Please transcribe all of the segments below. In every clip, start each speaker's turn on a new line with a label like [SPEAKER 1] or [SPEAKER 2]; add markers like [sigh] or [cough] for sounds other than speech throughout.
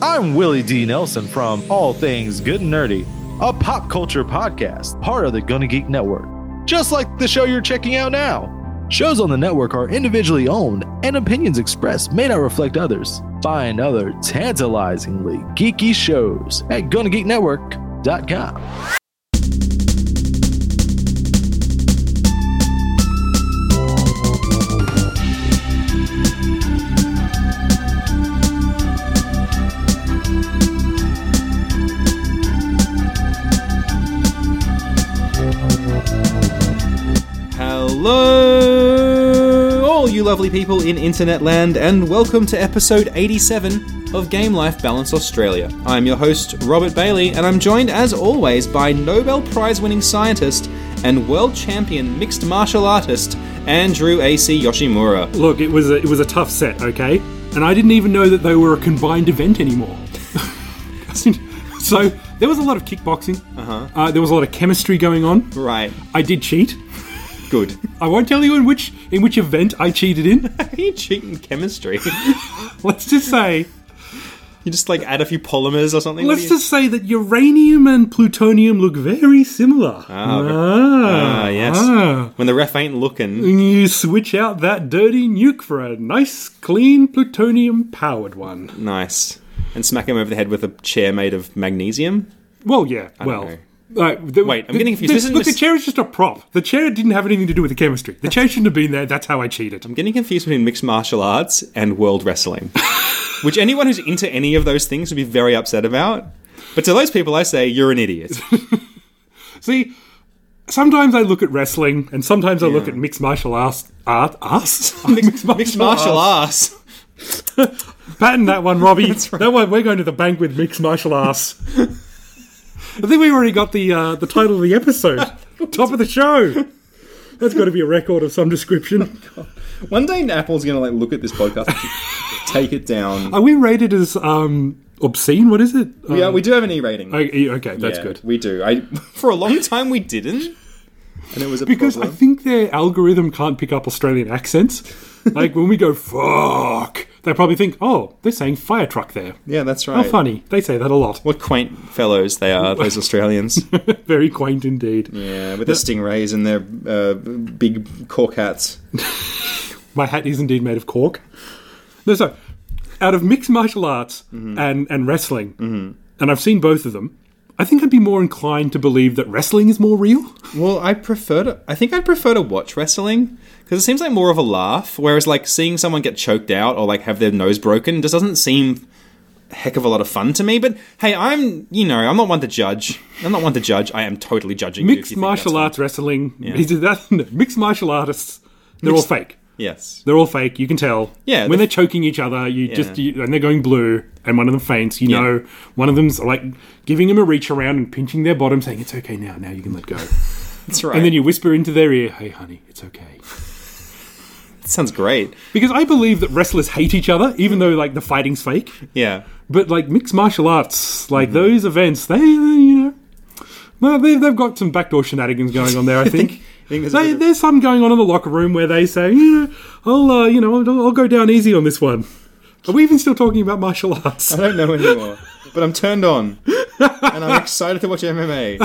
[SPEAKER 1] I'm Willie D. Nelson from All Things Good and Nerdy, a pop culture podcast, part of the Gunna Geek Network. Just like the show you're checking out now. Shows on the network are individually owned, and opinions expressed may not reflect others. Find other tantalizingly geeky shows at GunnaGeekNetwork.com.
[SPEAKER 2] Hello, all you lovely people in internet land, and welcome to episode 87 of Game Life Balance Australia. I'm your host, Robert Bailey, and I'm joined as always by Nobel Prize winning scientist and world champion mixed martial artist, Andrew A.C. Yoshimura.
[SPEAKER 3] Look, it was a, it was a tough set, okay, and I didn't even know that they were a combined event anymore. [laughs] so there was a lot of kickboxing. Uh-huh. there was a lot of chemistry going on.
[SPEAKER 2] Right,
[SPEAKER 3] I did cheat.
[SPEAKER 2] good. [laughs]
[SPEAKER 3] I won't tell you in which in which event I cheated in.
[SPEAKER 2] Are you cheating chemistry? [laughs]
[SPEAKER 3] let's just say
[SPEAKER 2] you just like add a few polymers or something? What do
[SPEAKER 3] let's
[SPEAKER 2] you-
[SPEAKER 3] just say that uranium and plutonium look very similar.
[SPEAKER 2] Ah, yes.
[SPEAKER 3] ah.
[SPEAKER 2] When the ref ain't looking.
[SPEAKER 3] And you switch out that dirty nuke for a nice, clean plutonium powered one.
[SPEAKER 2] Nice. And smack him over the head with a chair made of magnesium.
[SPEAKER 3] Well, yeah. well, uh, the-
[SPEAKER 2] Wait, I'm
[SPEAKER 3] the-
[SPEAKER 2] getting confused.
[SPEAKER 3] the-
[SPEAKER 2] Isn't
[SPEAKER 3] look,
[SPEAKER 2] this-
[SPEAKER 3] the chair is just a prop. The chair didn't have anything to do with the chemistry. The chair shouldn't have been there. That's how I cheated.
[SPEAKER 2] I'm getting confused between mixed martial arts and world [laughs] wrestling, which anyone who's into any of those things would be very upset about. But to those people, I say you're an [laughs] idiot.
[SPEAKER 3] See, sometimes I look at wrestling, and sometimes I look at mixed martial arts. Art,
[SPEAKER 2] [laughs]
[SPEAKER 3] arts? [laughs]
[SPEAKER 2] mixed, martial arts.
[SPEAKER 3] Patent that
[SPEAKER 2] [laughs]
[SPEAKER 3] one, Robbie. That one. We're going to the bank with mixed martial arts. I think we've already got the uh, the title of the episode.
[SPEAKER 2] [laughs]
[SPEAKER 3] Top of the show. That's got to be a record of some description.
[SPEAKER 2] One day, Apple's gonna like look at this podcast, [laughs] take it down.
[SPEAKER 3] Are we rated as um, obscene? What is it? Uh,
[SPEAKER 2] yeah, we do have an E rating.
[SPEAKER 3] I- e- okay, that's good.
[SPEAKER 2] We do. I [laughs] for a long time we didn't, and it was a
[SPEAKER 3] Because I think their algorithm can't pick up Australian accents.
[SPEAKER 2] [laughs]
[SPEAKER 3] Like when we go fuck, they probably think, oh, they're saying fire truck there.
[SPEAKER 2] yeah, that's
[SPEAKER 3] How
[SPEAKER 2] right.
[SPEAKER 3] funny. They say that a lot.
[SPEAKER 2] What quaint fellows they are, those Australians.
[SPEAKER 3] Very quaint indeed.
[SPEAKER 2] [laughs] yeah, with their stingrays and their uh, big cork hats.
[SPEAKER 3] My hat is indeed made of cork. No, so out of mixed martial arts
[SPEAKER 2] Mm-hmm.
[SPEAKER 3] and, and wrestling, and I've seen both of them, I think I'd be more inclined to believe that wrestling is more real.
[SPEAKER 2] Well, I prefer to. I think I'd prefer to watch wrestling because it seems like more of a laugh. Whereas, like seeing someone get choked out or like have their nose broken just doesn't seem a heck of a lot of fun to me. But hey, I'm you know I'm not one to judge. I'm not one to judge. I am totally judging you if
[SPEAKER 3] Mixed
[SPEAKER 2] you think that's
[SPEAKER 3] martial
[SPEAKER 2] fun.
[SPEAKER 3] arts wrestling. [laughs] Is it that? no, mixed martial artists, they're all fake. [laughs]
[SPEAKER 2] Yes.
[SPEAKER 3] They're all fake. You can tell.
[SPEAKER 2] Yeah,
[SPEAKER 3] When
[SPEAKER 2] they-
[SPEAKER 3] they're choking each other, you just you, and they're going blue, and one of them faints. You
[SPEAKER 2] Yeah.
[SPEAKER 3] know, one of them's like giving him a reach around and pinching their bottom, saying, "It's okay now. Now you can let
[SPEAKER 2] [laughs]
[SPEAKER 3] go."
[SPEAKER 2] That's right.
[SPEAKER 3] and then you whisper into their ear, "Hey, honey, it's okay."
[SPEAKER 2] sounds great.
[SPEAKER 3] Because I believe that wrestlers hate each other, even though like the fighting's fake.
[SPEAKER 2] Yeah.
[SPEAKER 3] But like mixed martial arts, like
[SPEAKER 2] Mm-hmm.
[SPEAKER 3] those events, they, they, you know, well, they, they've got some backdoor shenanigans going on there.
[SPEAKER 2] [laughs]
[SPEAKER 3] I think.
[SPEAKER 2] think there's a bit
[SPEAKER 3] they,
[SPEAKER 2] of-
[SPEAKER 3] there's some going on in the locker room where they say, you know, I'll uh, you know I'll, I'll go down easy on this one. Are we even still talking about martial
[SPEAKER 2] [laughs]
[SPEAKER 3] arts?
[SPEAKER 2] I don't know anymore, but I'm turned on and I'm excited to watch
[SPEAKER 3] [laughs]
[SPEAKER 2] MMA.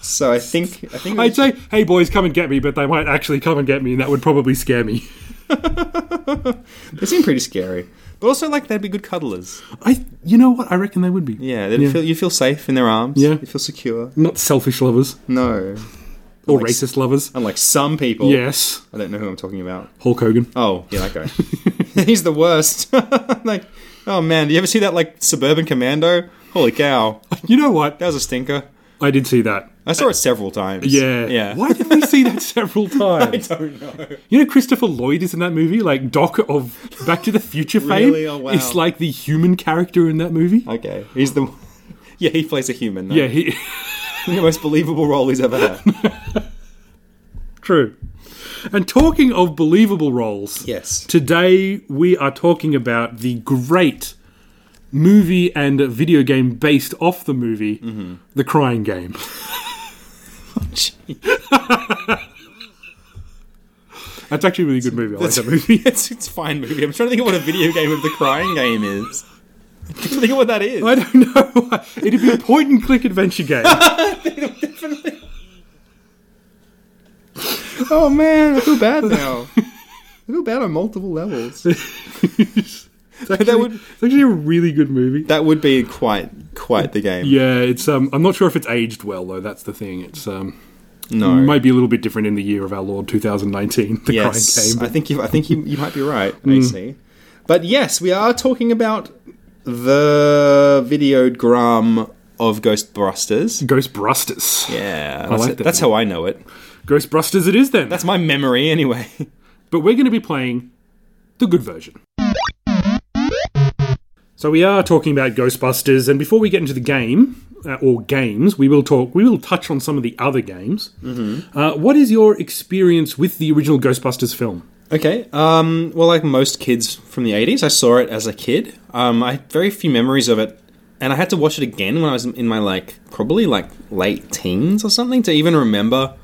[SPEAKER 2] So I think I think we
[SPEAKER 3] I'd say, hey boys, come and get me, but they won't actually come and get me, and that would probably scare me.
[SPEAKER 2] they seem pretty scary, but also like they'd be good cuddlers.
[SPEAKER 3] I, you know what? I reckon they would be.
[SPEAKER 2] Yeah, they'd Feel, you feel safe in their arms.
[SPEAKER 3] Yeah.
[SPEAKER 2] you feel secure.
[SPEAKER 3] Not selfish lovers
[SPEAKER 2] No.
[SPEAKER 3] or
[SPEAKER 2] Like-
[SPEAKER 3] racist lovers.
[SPEAKER 2] Unlike some people.
[SPEAKER 3] Yes,
[SPEAKER 2] I don't know who I'm talking about.
[SPEAKER 3] Hulk Hogan.
[SPEAKER 2] Oh, yeah, that guy. [laughs] He's the worst. [laughs] like, oh man, do you ever see that, like, Suburban Commando? Holy cow.
[SPEAKER 3] You know what?
[SPEAKER 2] That was a stinker.
[SPEAKER 3] I did see that.
[SPEAKER 2] I saw it several times.
[SPEAKER 3] Yeah.
[SPEAKER 2] Yeah. [laughs]
[SPEAKER 3] Why did we see that [laughs] several times? I don't know. You know, Christopher Lloyd is in that movie, like Doc of Back to the Future fame.
[SPEAKER 2] Really? Oh, wow.
[SPEAKER 3] It's like the human character in that movie.
[SPEAKER 2] Okay. He's the. [laughs] Yeah, he plays a human. Though.
[SPEAKER 3] yeah, he. [laughs]
[SPEAKER 2] The most believable role he's ever had.
[SPEAKER 3] true. And talking of believable roles,
[SPEAKER 2] yes.
[SPEAKER 3] today we are talking about the great movie and video game based off the movie,
[SPEAKER 2] Mm-hmm.
[SPEAKER 3] The
[SPEAKER 2] [laughs]
[SPEAKER 3] Crying Game. That's actually a really good movie. I
[SPEAKER 2] [laughs]
[SPEAKER 3] like
[SPEAKER 2] It's
[SPEAKER 3] that
[SPEAKER 2] a
[SPEAKER 3] movie.
[SPEAKER 2] movie. [laughs] It's, it's a fine movie. I'm trying to think of what a video game of the crying game is. [laughs] I'm trying to think of what that is.
[SPEAKER 3] I don't know. It'd be a point and click adventure game.
[SPEAKER 2] Oh man, I feel
[SPEAKER 3] [laughs]
[SPEAKER 2] bad now. I feel bad on multiple levels.
[SPEAKER 3] It's actually,
[SPEAKER 2] would-
[SPEAKER 3] it's actually a really good movie.
[SPEAKER 2] That would be quite quite the game.
[SPEAKER 3] yeah, it's. Um, I'm not sure if it's aged well though. That's the thing. It's um,
[SPEAKER 2] No.
[SPEAKER 3] might be a little bit different in the year of our Lord 2019. The
[SPEAKER 2] yes,
[SPEAKER 3] crying game. Mm.
[SPEAKER 2] I think you, I think you, you might be
[SPEAKER 3] [laughs]
[SPEAKER 2] right, AC. But yes, we are talking about the videogram of Ghostbusters.
[SPEAKER 3] Ghostbusters.
[SPEAKER 2] Yeah,
[SPEAKER 3] like
[SPEAKER 2] that's, it.
[SPEAKER 3] that
[SPEAKER 2] that's how I know it.
[SPEAKER 3] Ghostbusters it is then.
[SPEAKER 2] That's my memory anyway. [laughs]
[SPEAKER 3] but we're going to be playing the good version. So we are talking about Ghostbusters, and before we get into the game uh, or games, we will talk. We will touch on some of the other games. Mm-hmm. Uh, what is your experience with the original Ghostbusters film?
[SPEAKER 2] Okay. Um, well, like most kids from the 80s, I saw it as a kid. Um, I had very few memories of it. And I had to watch it again when I was in my, like, probably, like, late teens or something to even remember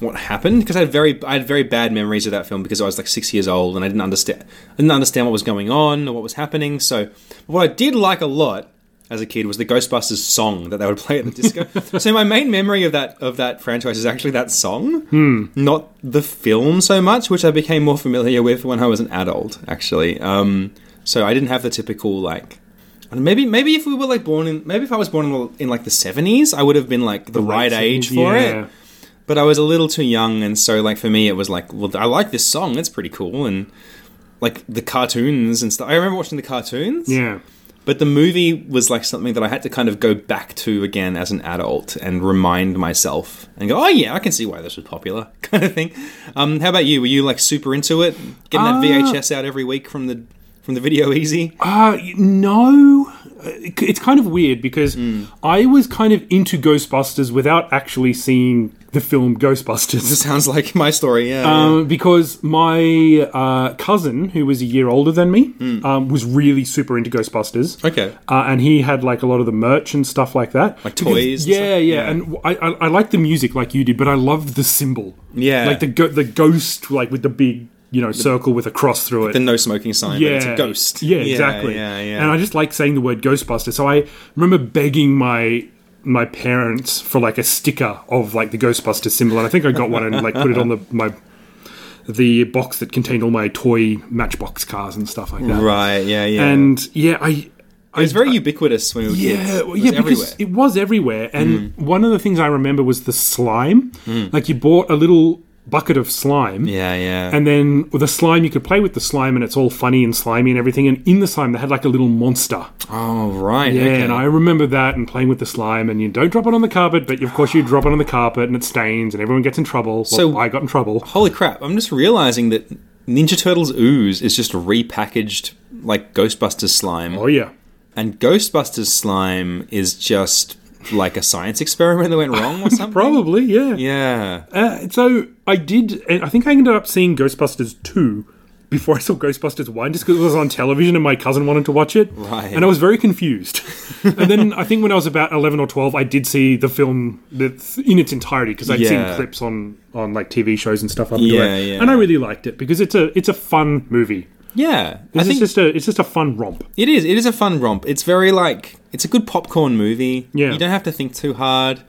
[SPEAKER 2] what happened. Because I had very I had very bad memories of that film because I was, like, six years old and I didn't understand, I didn't understand what was going on or what was happening. So, what I did like a lot as a kid was the Ghostbusters song that they would play at the disco. so my main memory of that of that franchise is actually that song, not the film so much, which I became more familiar with when I was an adult. Actually, um, so I didn't have the typical like. and Maybe maybe if we were like born in maybe if I was born in, the- in like the seventies, I would have been like the, right age for
[SPEAKER 3] Yeah.
[SPEAKER 2] it. But I was a little too young, and so like for me, it was like, well, I like this song; it's pretty cool, and like the cartoons and stuff. I remember watching the cartoons.
[SPEAKER 3] Yeah.
[SPEAKER 2] But the movie was like something that I had to kind of go back to again as an adult and remind myself and go, oh yeah, I can see why this was popular, [laughs] kind of thing. Um, how about you? Were you like super into it, getting
[SPEAKER 3] Uh,
[SPEAKER 2] that VHS out every week from the from the Video [laughs] Easy?
[SPEAKER 3] Uh, no. It- It's kind of weird because
[SPEAKER 2] Hmm.
[SPEAKER 3] I was kind of into Ghostbusters without actually seeing the film Ghostbusters.
[SPEAKER 2] This sounds like my story. Yeah, yeah.
[SPEAKER 3] Um, because my uh, cousin, who was a year older than me, um, was really super into Ghostbusters.
[SPEAKER 2] Hmm. Okay.
[SPEAKER 3] Uh, and he had like a lot of the merch and stuff like that,
[SPEAKER 2] Like toys and
[SPEAKER 3] Yeah, yeah,
[SPEAKER 2] stuff? Yeah.
[SPEAKER 3] And w- I, I, I liked the music like you did, but I loved the symbol.
[SPEAKER 2] Yeah.
[SPEAKER 3] like the go- the ghost, like with the big you know circle with a cross through it.
[SPEAKER 2] the no smoking sign. but
[SPEAKER 3] yeah,
[SPEAKER 2] it's a ghost.
[SPEAKER 3] Yeah, exactly.
[SPEAKER 2] Yeah, yeah.
[SPEAKER 3] And I just like saying the word Ghostbuster. So I remember begging my my parents for like a sticker of like the Ghostbuster symbol, and I think I got one and like put it on the my the box that contained all my toy Matchbox cars and stuff like that.
[SPEAKER 2] right. Yeah, yeah.
[SPEAKER 3] And yeah, I
[SPEAKER 2] it was very ubiquitous when we were kids.
[SPEAKER 3] yeah,
[SPEAKER 2] It
[SPEAKER 3] well,
[SPEAKER 2] was
[SPEAKER 3] yeah,
[SPEAKER 2] everywhere. Mm.
[SPEAKER 3] because it was everywhere. And one of the things I remember was the slime. Like you bought a little bucket of slime.
[SPEAKER 2] yeah, yeah.
[SPEAKER 3] And then with the slime, you could play with the slime, and it's all funny and slimy and everything. And in the slime, they had like a little monster.
[SPEAKER 2] oh, right.
[SPEAKER 3] Yeah,
[SPEAKER 2] okay.
[SPEAKER 3] and I remember that and playing with the slime, and you don't drop it on the carpet, but of course you drop it on the carpet, and it stains, and everyone gets in trouble. Well,
[SPEAKER 2] So-
[SPEAKER 3] I got in trouble.
[SPEAKER 2] Holy crap! I'm just realizing that Ninja Turtles ooze is just repackaged like Ghostbusters slime,
[SPEAKER 3] Oh yeah,
[SPEAKER 2] and Ghostbusters slime is just like a science experiment that went wrong
[SPEAKER 3] [laughs]
[SPEAKER 2] or something.
[SPEAKER 3] probably yeah.
[SPEAKER 2] Yeah.
[SPEAKER 3] Uh, so I did, and I think I ended up seeing Ghostbusters two before I saw Ghostbusters one, just because it was on television and my cousin wanted to watch it.
[SPEAKER 2] Right.
[SPEAKER 3] And I was very confused. [laughs] and then I think when I was about eleven or twelve, I did see the film that- in its entirety because I'd
[SPEAKER 2] Yeah.
[SPEAKER 3] seen clips on on like TV shows and stuff. Up
[SPEAKER 2] Yeah,
[SPEAKER 3] and,
[SPEAKER 2] yeah.
[SPEAKER 3] and I really liked it because it's a it's a fun movie.
[SPEAKER 2] Yeah. I
[SPEAKER 3] It's
[SPEAKER 2] think
[SPEAKER 3] just a it's just a fun romp.
[SPEAKER 2] it is. It is a fun romp. It's very like it's a good popcorn movie.
[SPEAKER 3] Yeah.
[SPEAKER 2] You don't have to think too hard.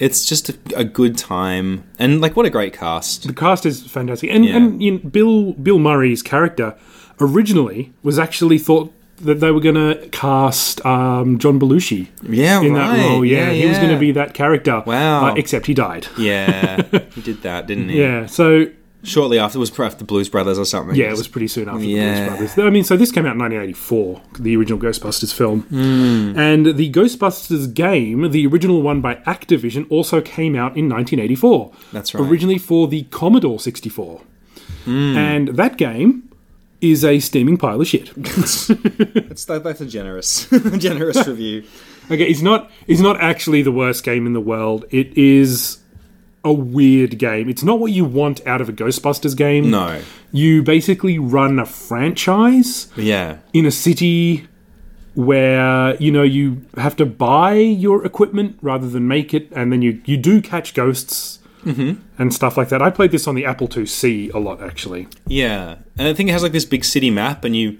[SPEAKER 2] It's just a, a good time, and like what a great cast.
[SPEAKER 3] The cast is fantastic, and
[SPEAKER 2] Yeah.
[SPEAKER 3] and you know, Bill Bill Murray's character originally was actually thought that they were going to cast um, John Belushi
[SPEAKER 2] Yeah,
[SPEAKER 3] in
[SPEAKER 2] right.
[SPEAKER 3] that role. Yeah, he was going to be that character.
[SPEAKER 2] Wow.
[SPEAKER 3] uh, except he died. [laughs]
[SPEAKER 2] Yeah, he did that, didn't he?
[SPEAKER 3] Yeah, so
[SPEAKER 2] Shortly after, it was after the Blues Brothers or something.
[SPEAKER 3] yeah, it was pretty soon after
[SPEAKER 2] Yeah.
[SPEAKER 3] the Blues Brothers. I mean, so this came out in 1984, the original Ghostbusters film,
[SPEAKER 2] Hmm.
[SPEAKER 3] and the Ghostbusters game, the original one by Activision, also came out in 1984.
[SPEAKER 2] That's right. Hmm.
[SPEAKER 3] Originally for the Commodore 64, and that game is a steaming pile of shit. [laughs]
[SPEAKER 2] That's, that, that's a generous, [laughs] generous review.
[SPEAKER 3] Okay, it's not it's not actually the worst game in the world. It is a weird game. It's not what you want out of a Ghostbusters game.
[SPEAKER 2] No.
[SPEAKER 3] You basically run a franchise
[SPEAKER 2] Yeah.
[SPEAKER 3] in a city where, you know, you have to buy your equipment rather than make it and then you you do catch ghosts
[SPEAKER 2] Mm-hmm.
[SPEAKER 3] and stuff like that. I played this on the Apple IIc a lot, actually.
[SPEAKER 2] Yeah, and I think it has like this big city map, and you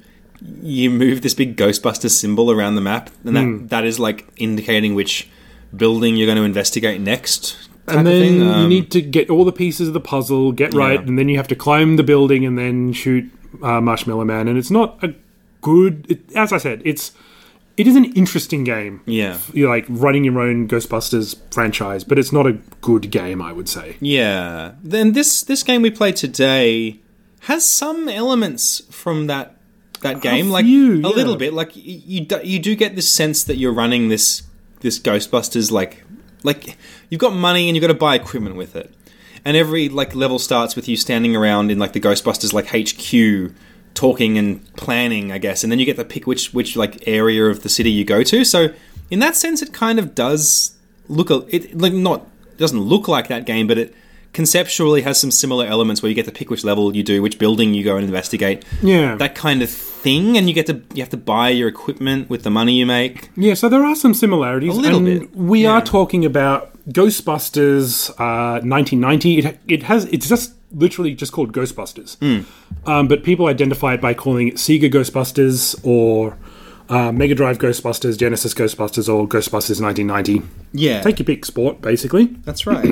[SPEAKER 2] you move this big Ghostbuster symbol around the map, and that
[SPEAKER 3] Hmm.
[SPEAKER 2] that is like indicating which building you're going to investigate next. type of
[SPEAKER 3] and then
[SPEAKER 2] thing.
[SPEAKER 3] you
[SPEAKER 2] Um,
[SPEAKER 3] need to get all the pieces of the puzzle, get
[SPEAKER 2] Yeah.
[SPEAKER 3] right, and then you have to climb the building and then shoot uh, Marshmallow Man. And it's not a good. It, as I said, it's it is an interesting game.
[SPEAKER 2] yeah,
[SPEAKER 3] You're like running your own Ghostbusters franchise, but it's not a good game, I would say.
[SPEAKER 2] yeah. Then this this game we played today has some elements from that that game, like a
[SPEAKER 3] few, yeah.
[SPEAKER 2] little bit. Like y- you do, you do get this sense that you're running this this Ghostbusters like like you've got money and you've got to buy equipment with it. And every like level starts with you standing around in like the Ghostbusters like HQ talking and planning, I guess. And then you get to pick which which like area of the city you go to. So in that sense it kind of does look a, it like not it doesn't look like that game, but it conceptually has some similar elements where you get to pick which level you do, which building you go and investigate.
[SPEAKER 3] Yeah.
[SPEAKER 2] That kind of thing and you get to you have to buy your equipment with the money you make.
[SPEAKER 3] Yeah, so there are some similarities.
[SPEAKER 2] A little
[SPEAKER 3] and
[SPEAKER 2] bit,
[SPEAKER 3] We
[SPEAKER 2] yeah.
[SPEAKER 3] are talking about Ghostbusters uh, 1990. It, it has it's just literally just called Ghostbusters,
[SPEAKER 2] Hmm.
[SPEAKER 3] um, but people identify it by calling it Sega Ghostbusters or uh, Mega Drive Ghostbusters, Genesis Ghostbusters, or Ghostbusters 1990.
[SPEAKER 2] Yeah.
[SPEAKER 3] Take your pick, sport basically.
[SPEAKER 2] that's right.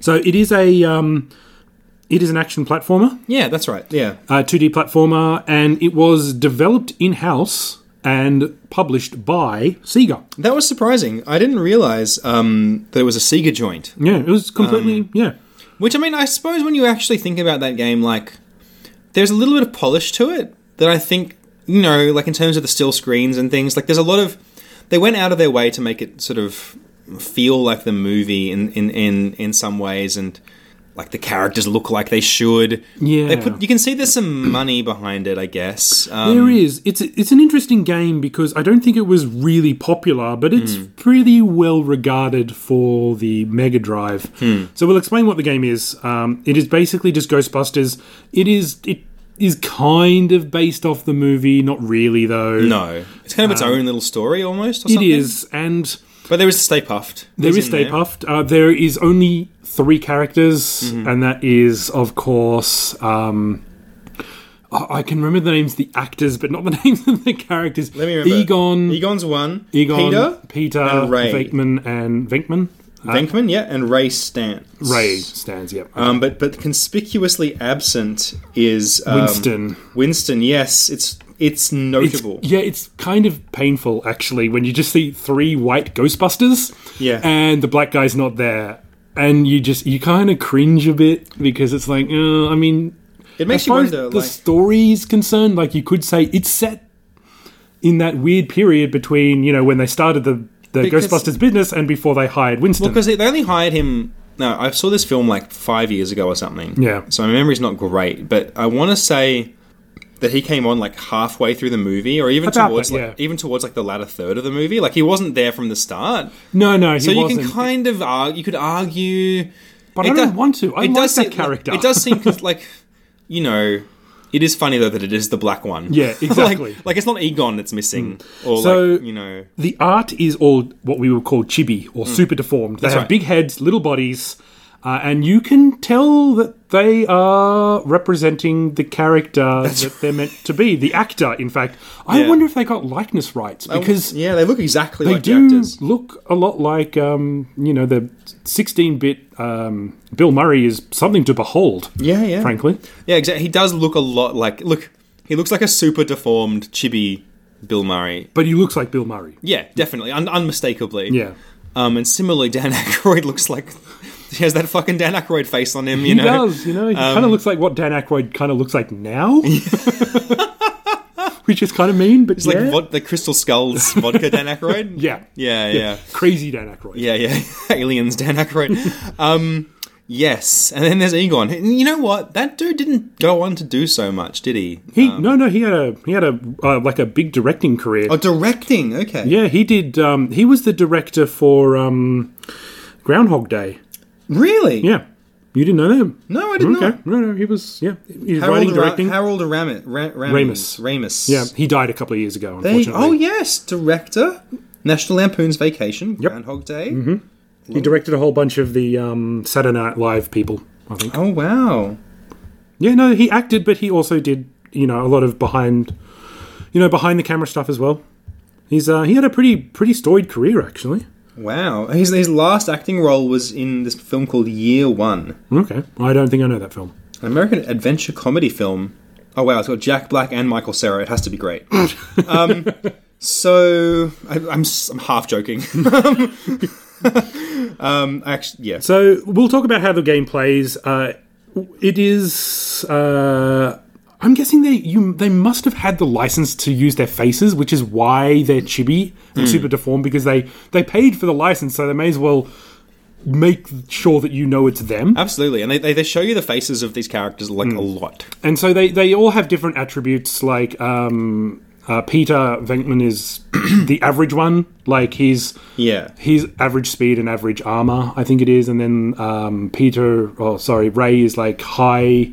[SPEAKER 3] So it is a um, it is an action platformer.
[SPEAKER 2] [clears throat] yeah, that's right. Yeah.
[SPEAKER 3] uh, 2D platformer, and it was developed in house and published by Sega.
[SPEAKER 2] That was surprising. I didn't realize um, that it was a Sega joint.
[SPEAKER 3] Yeah, it was completely
[SPEAKER 2] Um,
[SPEAKER 3] yeah.
[SPEAKER 2] Which I mean, I suppose when you actually think about that game, like there's a little bit of polish to it that I think you know, like in terms of the still screens and things. Like there's a lot of they went out of their way to make it sort of feel like the movie in in in, in some ways and. Like the characters look like they should.
[SPEAKER 3] Yeah.
[SPEAKER 2] they put. You can see there's some money behind it, I guess. Um,
[SPEAKER 3] there is. It's it's an interesting game because I don't think it was really popular, but
[SPEAKER 2] Hmm.
[SPEAKER 3] it's pretty well regarded for the Mega Drive.
[SPEAKER 2] Hmm.
[SPEAKER 3] So we'll explain what the game is. Um, it is basically just Ghostbusters. It is it is kind of based off the movie, not really though.
[SPEAKER 2] no, it's kind of its own little story almost. Or
[SPEAKER 3] Uh, It
[SPEAKER 2] something.
[SPEAKER 3] is, and
[SPEAKER 2] but there is Stay Puffed.
[SPEAKER 3] There
[SPEAKER 2] He's
[SPEAKER 3] is
[SPEAKER 2] in
[SPEAKER 3] Stay Puffed. Uh, there is only three characters,
[SPEAKER 2] Mm-hmm.
[SPEAKER 3] and that is, of course, um, I-, I can remember the names of the actors, but not the [laughs] names of the characters.
[SPEAKER 2] Let me remember.
[SPEAKER 3] Egon, Egon,
[SPEAKER 2] Egon's one.
[SPEAKER 3] Peter,
[SPEAKER 2] Peter. and Ray.
[SPEAKER 3] Venkman, and Venkman.
[SPEAKER 2] Venkman, yeah, and Ray Stantz.
[SPEAKER 3] Ray stands. Yep.
[SPEAKER 2] Um, but but conspicuously absent is um,
[SPEAKER 3] Winston.
[SPEAKER 2] Winston, yes, it's it's
[SPEAKER 3] It's-
[SPEAKER 2] notable.
[SPEAKER 3] yeah, it's kind of painful actually when you just see three white Ghostbusters,
[SPEAKER 2] Yeah.
[SPEAKER 3] and the black guy's not there, and you just you kind of cringe a bit because it's like, uh, I mean,
[SPEAKER 2] it makes
[SPEAKER 3] as
[SPEAKER 2] you
[SPEAKER 3] far as
[SPEAKER 2] wonder,
[SPEAKER 3] the
[SPEAKER 2] like,
[SPEAKER 3] story is concerned, like you could say it's set in that weird period between you know when they started the the
[SPEAKER 2] Because-
[SPEAKER 3] Ghostbusters business and before they hired Winston.
[SPEAKER 2] because they they only hired him. No, I saw this film like five years ago or something.
[SPEAKER 3] Yeah.
[SPEAKER 2] So my memory's not great, but I want to say that he came on like halfway through the movie, or even
[SPEAKER 3] About
[SPEAKER 2] towards
[SPEAKER 3] that,
[SPEAKER 2] like,
[SPEAKER 3] yeah.
[SPEAKER 2] even towards like the latter third of the movie. Like he wasn't there from the start.
[SPEAKER 3] no, no, he
[SPEAKER 2] So you
[SPEAKER 3] wasn't.
[SPEAKER 2] can kind of argue, you could argue,
[SPEAKER 3] but I
[SPEAKER 2] It
[SPEAKER 3] don't
[SPEAKER 2] does-
[SPEAKER 3] want to. I
[SPEAKER 2] it
[SPEAKER 3] like
[SPEAKER 2] does
[SPEAKER 3] that
[SPEAKER 2] seem-
[SPEAKER 3] character.
[SPEAKER 2] It does
[SPEAKER 3] [laughs]
[SPEAKER 2] seem 'cause, like you know. It is funny though that it is the black one.
[SPEAKER 3] Yeah,
[SPEAKER 2] [laughs] Like-
[SPEAKER 3] exactly. Mm.
[SPEAKER 2] like, it's not Egon that's missing, or
[SPEAKER 3] So-
[SPEAKER 2] like you know.
[SPEAKER 3] the art is all what we would call chibi or super deformed. They have
[SPEAKER 2] Mm. right.
[SPEAKER 3] big heads, little bodies, uh, and you can tell that they are representing the character that they're meant to be. The actor, in fact. I
[SPEAKER 2] Yeah.
[SPEAKER 3] wonder if they got likeness rights because
[SPEAKER 2] yeah, they look exactly
[SPEAKER 3] they
[SPEAKER 2] like the
[SPEAKER 3] do
[SPEAKER 2] actors.
[SPEAKER 3] look a lot like um, you know the 16-bit um, Bill Murray is something to behold.
[SPEAKER 2] Yeah, yeah.
[SPEAKER 3] Frankly,
[SPEAKER 2] Yeah, exactly. He does look a lot like look. He looks like a super deformed chibi Bill Murray.
[SPEAKER 3] but he looks like Bill Murray.
[SPEAKER 2] Yeah, definitely, un- unmistakably.
[SPEAKER 3] Yeah.
[SPEAKER 2] Um, and similarly, Dan [laughs] Aykroyd looks like he has that fucking Dan Aykroyd face on him. You
[SPEAKER 3] He
[SPEAKER 2] know, um,
[SPEAKER 3] does, you know. He kind of looks like what Dan Aykroyd kind of looks like now, [laughs] which is kind of mean, but
[SPEAKER 2] It's [laughs] like
[SPEAKER 3] yeah.
[SPEAKER 2] vod- the Crystal Skulls vodka Dan Aykroyd.
[SPEAKER 3] [laughs] yeah,
[SPEAKER 2] yeah, yeah.
[SPEAKER 3] crazy Dan Aykroyd.
[SPEAKER 2] Yeah, yeah. [laughs] Aliens, Dan Aykroyd. um, yes. And then there's Egon. And You know what? That dude didn't go on to do so much, did he?
[SPEAKER 3] He no, no, he had a he had a uh, like a big directing career.
[SPEAKER 2] um, Oh, directing. Okay.
[SPEAKER 3] Yeah, he did. Um, he was the director for um, Groundhog Day.
[SPEAKER 2] Really?
[SPEAKER 3] Yeah, you didn't know that.
[SPEAKER 2] No, I did
[SPEAKER 3] Okay,
[SPEAKER 2] not.
[SPEAKER 3] no, no, he was yeah, he was
[SPEAKER 2] Harold,
[SPEAKER 3] writing,
[SPEAKER 2] Ra-
[SPEAKER 3] directing.
[SPEAKER 2] Harold Ramis. Ra- Ramis.
[SPEAKER 3] Ramis.
[SPEAKER 2] Ramis.
[SPEAKER 3] yeah, he died a couple of years ago,
[SPEAKER 2] They-
[SPEAKER 3] unfortunately.
[SPEAKER 2] oh, yes. Director. National Lampoon's Vacation.
[SPEAKER 3] Yep. Mm-hmm.
[SPEAKER 2] Groundhog Day.
[SPEAKER 3] He directed a whole bunch of the um, Saturday Night Live people, I think.
[SPEAKER 2] Oh wow.
[SPEAKER 3] Yeah, no, he acted, but he also did, you know, a lot of behind, you know, behind the camera stuff as well. He's uh, he had a pretty pretty storied career actually.
[SPEAKER 2] Wow. His, his last acting role was in this film called Year One,
[SPEAKER 3] Okay, I don't think I know that film.
[SPEAKER 2] an American adventure comedy film. Oh, wow. It's got Jack Black and Michael Cera. It has to be [laughs] great. um, so, I, I'm, s- I'm half joking. [laughs] um, actually, yeah.
[SPEAKER 3] So we'll talk about how the game plays. Uh, it is. Uh, I'm guessing they you they must have had the license to use their faces, which is why they're chibi and super deformed because they they paid for the license, so they may as well make sure that you know it's them.
[SPEAKER 2] Absolutely. And they, they, they show you the faces of these characters like a lot.
[SPEAKER 3] And so they they all have different attributes. Like um, uh, Peter Venkman is [clears throat] the average one. Like he's
[SPEAKER 2] Yeah.
[SPEAKER 3] his average speed and average armor, I think it is, and then um, Peter, oh sorry, Ray is like high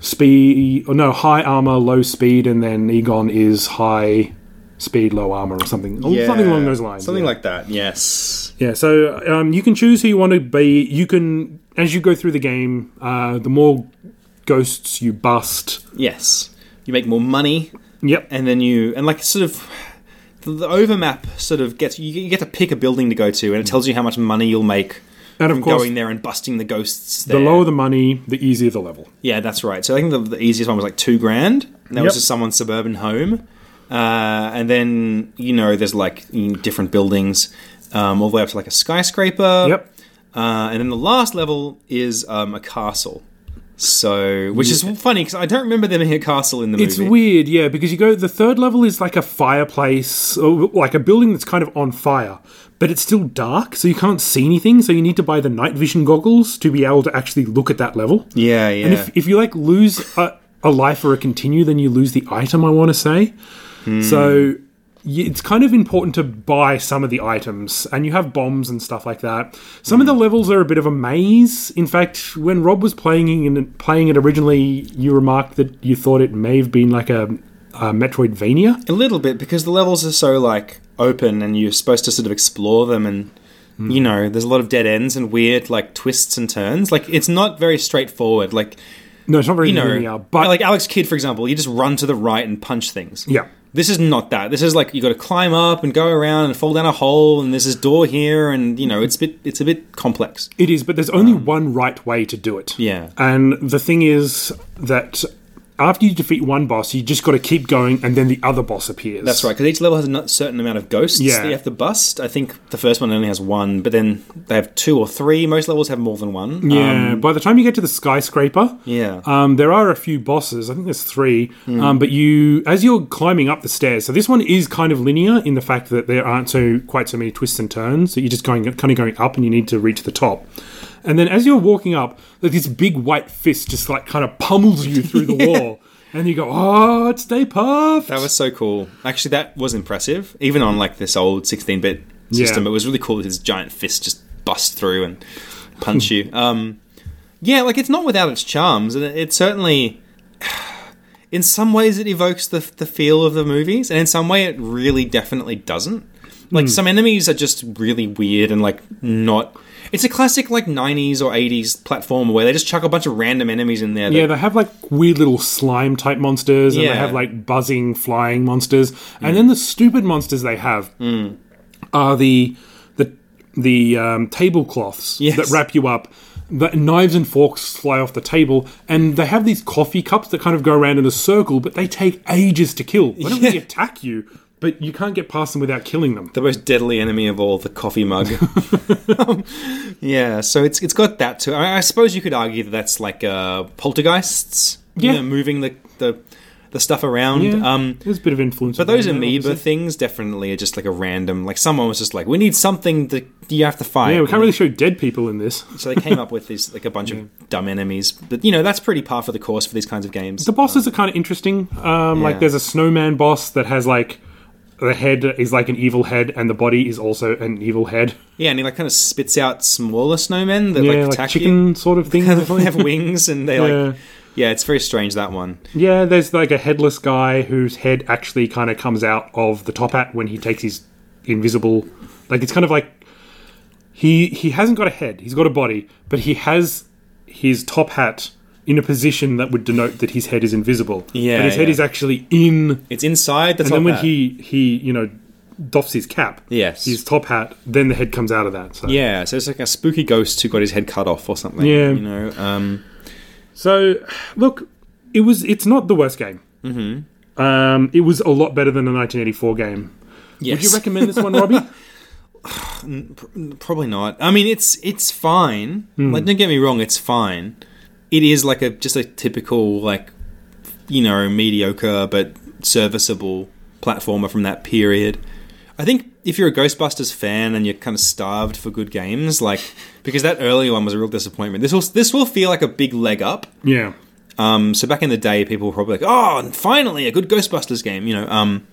[SPEAKER 3] speed, or no, high armor, low speed, and then Egon is high speed, low armor, or something,
[SPEAKER 2] Yeah.
[SPEAKER 3] something along those lines.
[SPEAKER 2] Something
[SPEAKER 3] yeah.
[SPEAKER 2] like that. Yes.
[SPEAKER 3] yeah. So um, you can choose who you want to be. You can, as you go through the game, uh, the more ghosts you bust.
[SPEAKER 2] Yes. You make more money.
[SPEAKER 3] Yep.
[SPEAKER 2] and then you and like sort of the- the overmap sort of gets you you get to pick a building to go to and it tells you how much money you'll make
[SPEAKER 3] And of
[SPEAKER 2] from
[SPEAKER 3] course,
[SPEAKER 2] going there and busting the ghosts
[SPEAKER 3] the
[SPEAKER 2] there.
[SPEAKER 3] lower the money, the easier the level.
[SPEAKER 2] yeah that's right so i think the, the easiest one was like two grand and that
[SPEAKER 3] Yep.
[SPEAKER 2] was just someone's suburban home uh, and then you know there's like you know, different buildings um, all the way up to like a skyscraper
[SPEAKER 3] Yep.
[SPEAKER 2] uh, and then the last level is um, a castle so which is funny because i don't remember there being a castle in the
[SPEAKER 3] It's
[SPEAKER 2] movie
[SPEAKER 3] weird, yeah, because you go the third level is like a fireplace, or like a building that's kind of on fire, but it's still dark, so you can't see anything. So you need to buy the night vision goggles to be able to actually look at that level.
[SPEAKER 2] yeah yeah
[SPEAKER 3] And if, if you like lose a, a life or a continue, then you lose the item. I want to say,
[SPEAKER 2] Hmm.
[SPEAKER 3] so y- it's kind of important to buy some of the items, and you have bombs and stuff like that. Some
[SPEAKER 2] Hmm.
[SPEAKER 3] of the levels are a bit of a maze. In fact, when Rob was playing in, playing it originally, you remarked that you thought it may have been like a, a Metroidvania.
[SPEAKER 2] A little bit because the levels are so like open and you're supposed to sort of explore them and
[SPEAKER 3] Hmm.
[SPEAKER 2] you know there's a lot of dead ends and weird like twists and turns. Like it's not very straightforward. Like
[SPEAKER 3] No, it's not very
[SPEAKER 2] you know,
[SPEAKER 3] linear, but
[SPEAKER 2] like Alex Kidd for example, you just run to the right and punch things.
[SPEAKER 3] yeah.
[SPEAKER 2] This is not that. This is like you got to climb up and go around and fall down a hole and there's this door here and you know it's a bit it's a bit complex.
[SPEAKER 3] It is, but there's only one right way to do it.
[SPEAKER 2] Um, Yeah.
[SPEAKER 3] And the thing is that after you defeat one boss, you just got to keep going, and then the other boss appears.
[SPEAKER 2] That's right, because each level has a n- certain amount of ghosts
[SPEAKER 3] Yeah.
[SPEAKER 2] that you have to bust. I think the first one only has one, but then they have two or three. Most levels have more than one.
[SPEAKER 3] Yeah. By the time you get to the skyscraper,
[SPEAKER 2] Um, Yeah. Hmm.
[SPEAKER 3] um, there are a few bosses. I think there's three. Um, but you, as you're climbing up the stairs, so this one is kind of linear in the fact that there aren't so quite so many twists and turns. So you're just going kind of going up, and you need to reach the top. And then as you're walking up, like this big white fist just like kind of pummels you through
[SPEAKER 2] [laughs]
[SPEAKER 3] the wall, and you go, "Oh, it's Stay Puft."
[SPEAKER 2] That was so cool. Actually, that was impressive. Even on like this old 16-bit system,
[SPEAKER 3] Yeah.
[SPEAKER 2] it was really cool that his giant fist just bust through and punch you. Um, yeah, like it's not without its charms, and it, it certainly, in some ways, it evokes the the feel of the movies, and in some way, it really definitely doesn't. Like some enemies are just really weird and like not. It's a classic like 90s or 80s platform where they just chuck a bunch of random enemies in there. That,
[SPEAKER 3] Yeah, they have like weird little slime type monsters, and
[SPEAKER 2] Yeah. Mm.
[SPEAKER 3] they have like buzzing flying monsters, and then the stupid monsters they have are the the the um, tablecloths
[SPEAKER 2] Yes.
[SPEAKER 3] that wrap you up. The knives and forks fly off the table, and they have these coffee cups that kind of go around in a circle, but they take ages to kill. They don't really attack you, but you can't get past them without killing them.
[SPEAKER 2] the most deadly enemy of all, the coffee
[SPEAKER 3] [laughs]
[SPEAKER 2] mug. Um, yeah, so it's it's got that too. I, I suppose you could argue that that's like uh, poltergeists, you
[SPEAKER 3] Yeah.
[SPEAKER 2] know, moving the, the the stuff around. Um,
[SPEAKER 3] There's a bit of influence.
[SPEAKER 2] but those amoeba things definitely are just like a random. Like someone was just like, we need something that you have to fight.
[SPEAKER 3] Yeah, we can't
[SPEAKER 2] And
[SPEAKER 3] really show dead people in this.
[SPEAKER 2] so they came up with this like a bunch
[SPEAKER 3] [laughs]
[SPEAKER 2] of dumb enemies. But you know that's pretty par for the course for these kinds of games.
[SPEAKER 3] The bosses are kind of interesting. Um,
[SPEAKER 2] Yeah.
[SPEAKER 3] Like there's a snowman boss that has like the head is like an evil head, and the body is also an evil head.
[SPEAKER 2] yeah, and he like kind of spits out smaller snowmen that
[SPEAKER 3] Yeah,
[SPEAKER 2] like
[SPEAKER 3] like,
[SPEAKER 2] attack
[SPEAKER 3] chicken sort of thing.
[SPEAKER 2] you. they [laughs] have wings and they
[SPEAKER 3] Yeah.
[SPEAKER 2] like. Yeah, it's very strange that one.
[SPEAKER 3] yeah, there's like a headless guy whose head actually kind of comes out of the top hat when he takes his invisible. Like it's kind of like He he hasn't got a head. He's got a body, but he has his top hat in a position that would denote that his head is invisible.
[SPEAKER 2] Yeah,
[SPEAKER 3] and his head
[SPEAKER 2] yeah.
[SPEAKER 3] is actually in
[SPEAKER 2] It's inside the
[SPEAKER 3] and
[SPEAKER 2] top
[SPEAKER 3] then when
[SPEAKER 2] hat.
[SPEAKER 3] he he you know doffs his cap,
[SPEAKER 2] Yes.
[SPEAKER 3] his top hat, then the head comes out of that. So.
[SPEAKER 2] Yeah, so it's like a spooky ghost who got his head cut off or something.
[SPEAKER 3] Yeah.
[SPEAKER 2] You know, um,
[SPEAKER 3] So look, it was it's not the worst game. Mm-hmm. Um, it was a lot better than the 1984 game.
[SPEAKER 2] yes.
[SPEAKER 3] Would you recommend this one,
[SPEAKER 2] [laughs]
[SPEAKER 3] Robbie?
[SPEAKER 2] Probably not. I mean, it's it's fine. Like, don't get me wrong, it's fine. It is like a just a typical like, you know, mediocre but serviceable platformer from that period. I think if you're a Ghostbusters fan and you're kind of starved for good games, like because that early one was a real disappointment. This will this will feel like a big leg up.
[SPEAKER 3] yeah.
[SPEAKER 2] Um, so back in the day, people were probably like, "Oh, and finally a good Ghostbusters game," you know. Um,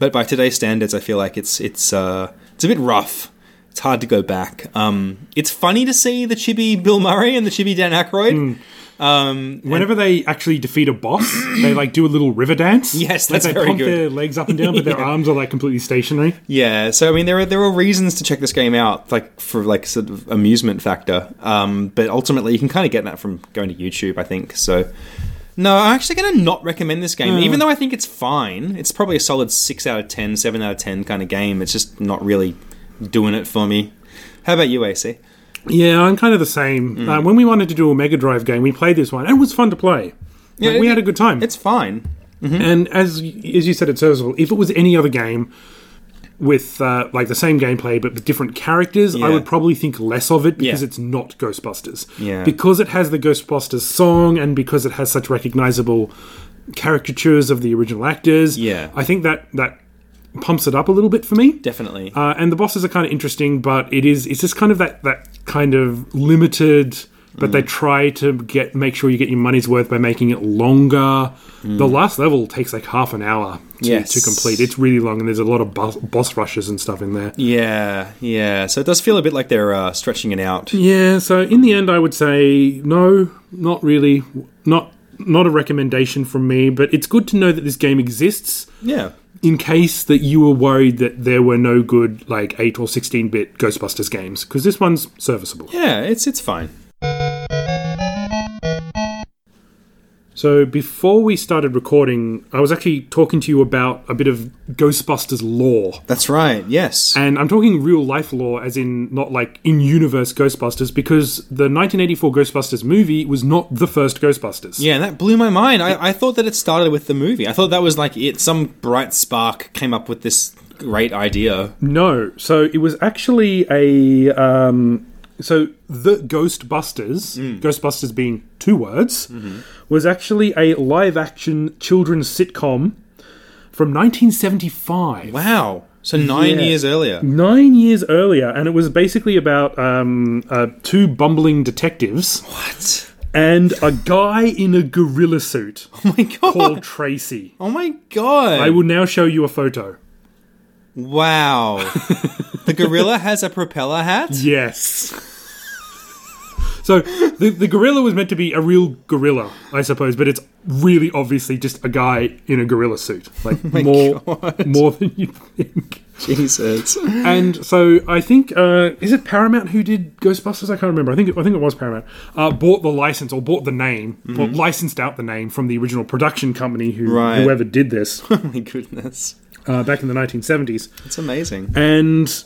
[SPEAKER 2] but by today's standards, I feel like it's it's uh, it's a bit rough. It's hard to go back. Um, it's funny to see the chibi Bill Murray and the chibi Dan Aykroyd. Um,
[SPEAKER 3] Whenever they actually defeat a boss, they like do a little river
[SPEAKER 2] [laughs]
[SPEAKER 3] dance.
[SPEAKER 2] Yes,
[SPEAKER 3] Like,
[SPEAKER 2] that's
[SPEAKER 3] they
[SPEAKER 2] very
[SPEAKER 3] pump
[SPEAKER 2] good.
[SPEAKER 3] their legs up and down, but
[SPEAKER 2] [laughs]
[SPEAKER 3] their arms are like completely stationary.
[SPEAKER 2] yeah, so I mean, there are there are reasons to check this game out, like for like sort of amusement factor. Um, but ultimately, you can kind of get that from going to YouTube, I think. So. No, I'm actually going to not recommend this game, even though I think it's fine. It's probably a solid 6 out of 10, 7 out of 10 kind of game. It's just not really doing it for me. How about you, AC?
[SPEAKER 3] Yeah, I'm kind of the same.
[SPEAKER 2] Mm.
[SPEAKER 3] Uh, when we wanted to do a Mega Drive game, we played this one. and It was fun to play. Like,
[SPEAKER 2] it-
[SPEAKER 3] we had a good time.
[SPEAKER 2] It's fine. Mm-hmm.
[SPEAKER 3] And as as you said, it's serviceable. If it was any other game with uh, like the same gameplay but with different characters,
[SPEAKER 2] Yeah.
[SPEAKER 3] I would probably think less of it because
[SPEAKER 2] Yeah.
[SPEAKER 3] it's not Ghostbusters.
[SPEAKER 2] Yeah.
[SPEAKER 3] Because it has the Ghostbusters song and because it has such recognizable caricatures of the original actors.
[SPEAKER 2] Yeah.
[SPEAKER 3] I think that that pumps it up a little bit for me.
[SPEAKER 2] Definitely.
[SPEAKER 3] Uh, and the bosses are kind of interesting, but it is it's just kind of that that kind of limited. But they try to get make sure you get your money's worth by making it longer. The last level takes like half an hour to,
[SPEAKER 2] Yes.
[SPEAKER 3] to complete. It's really long, and there's a lot of boss, boss rushes and stuff in there.
[SPEAKER 2] yeah, yeah. So it does feel a bit like they're uh, stretching it out.
[SPEAKER 3] Yeah. So in the end, I would say no, not really, not not a recommendation from me. But it's good to know that this game exists.
[SPEAKER 2] Yeah.
[SPEAKER 3] in case that you were worried that there were no good like 8 or 16 bit Ghostbusters games because this one's serviceable.
[SPEAKER 2] Yeah, it's it's fine.
[SPEAKER 3] So before we started recording, I was actually talking to you about a bit of Ghostbusters lore.
[SPEAKER 2] That's right. Yes.
[SPEAKER 3] And I'm talking real life lore as in not like in universe Ghostbusters because the 1984 Ghostbusters movie was not the first Ghostbusters.
[SPEAKER 2] yeah, and that blew my mind. I, I thought that it started with the movie. I thought that was like it. Some bright spark came up with this great idea.
[SPEAKER 3] No, so it was actually a um, so the Ghostbusters, Ghostbusters being two words, was actually a live-action children's sitcom from 1975,
[SPEAKER 2] Wow. So nine
[SPEAKER 3] Yeah.
[SPEAKER 2] years earlier.
[SPEAKER 3] nine years earlier, and it was basically about um, uh, two bumbling detectives
[SPEAKER 2] What?
[SPEAKER 3] and a guy in a gorilla suit
[SPEAKER 2] [laughs] Oh my god.
[SPEAKER 3] called Tracy.
[SPEAKER 2] Oh my god!
[SPEAKER 3] I will now show you a photo. [laughs]
[SPEAKER 2] wow, the gorilla has a propeller hat.
[SPEAKER 3] Yes. So the, the gorilla was meant to be a real gorilla, I suppose, but it's really obviously just a guy in a gorilla suit, like more more than you think.
[SPEAKER 2] [laughs] Jesus.
[SPEAKER 3] And so I think uh, is it Paramount who did Ghostbusters? I can't remember. I think it, I think it was Paramount. Uh, bought the license or bought the name, or licensed out the name from the original production company who
[SPEAKER 2] Right.
[SPEAKER 3] whoever did this [laughs]
[SPEAKER 2] oh my goodness,
[SPEAKER 3] uh, back in the 1970s
[SPEAKER 2] that's amazing.
[SPEAKER 3] and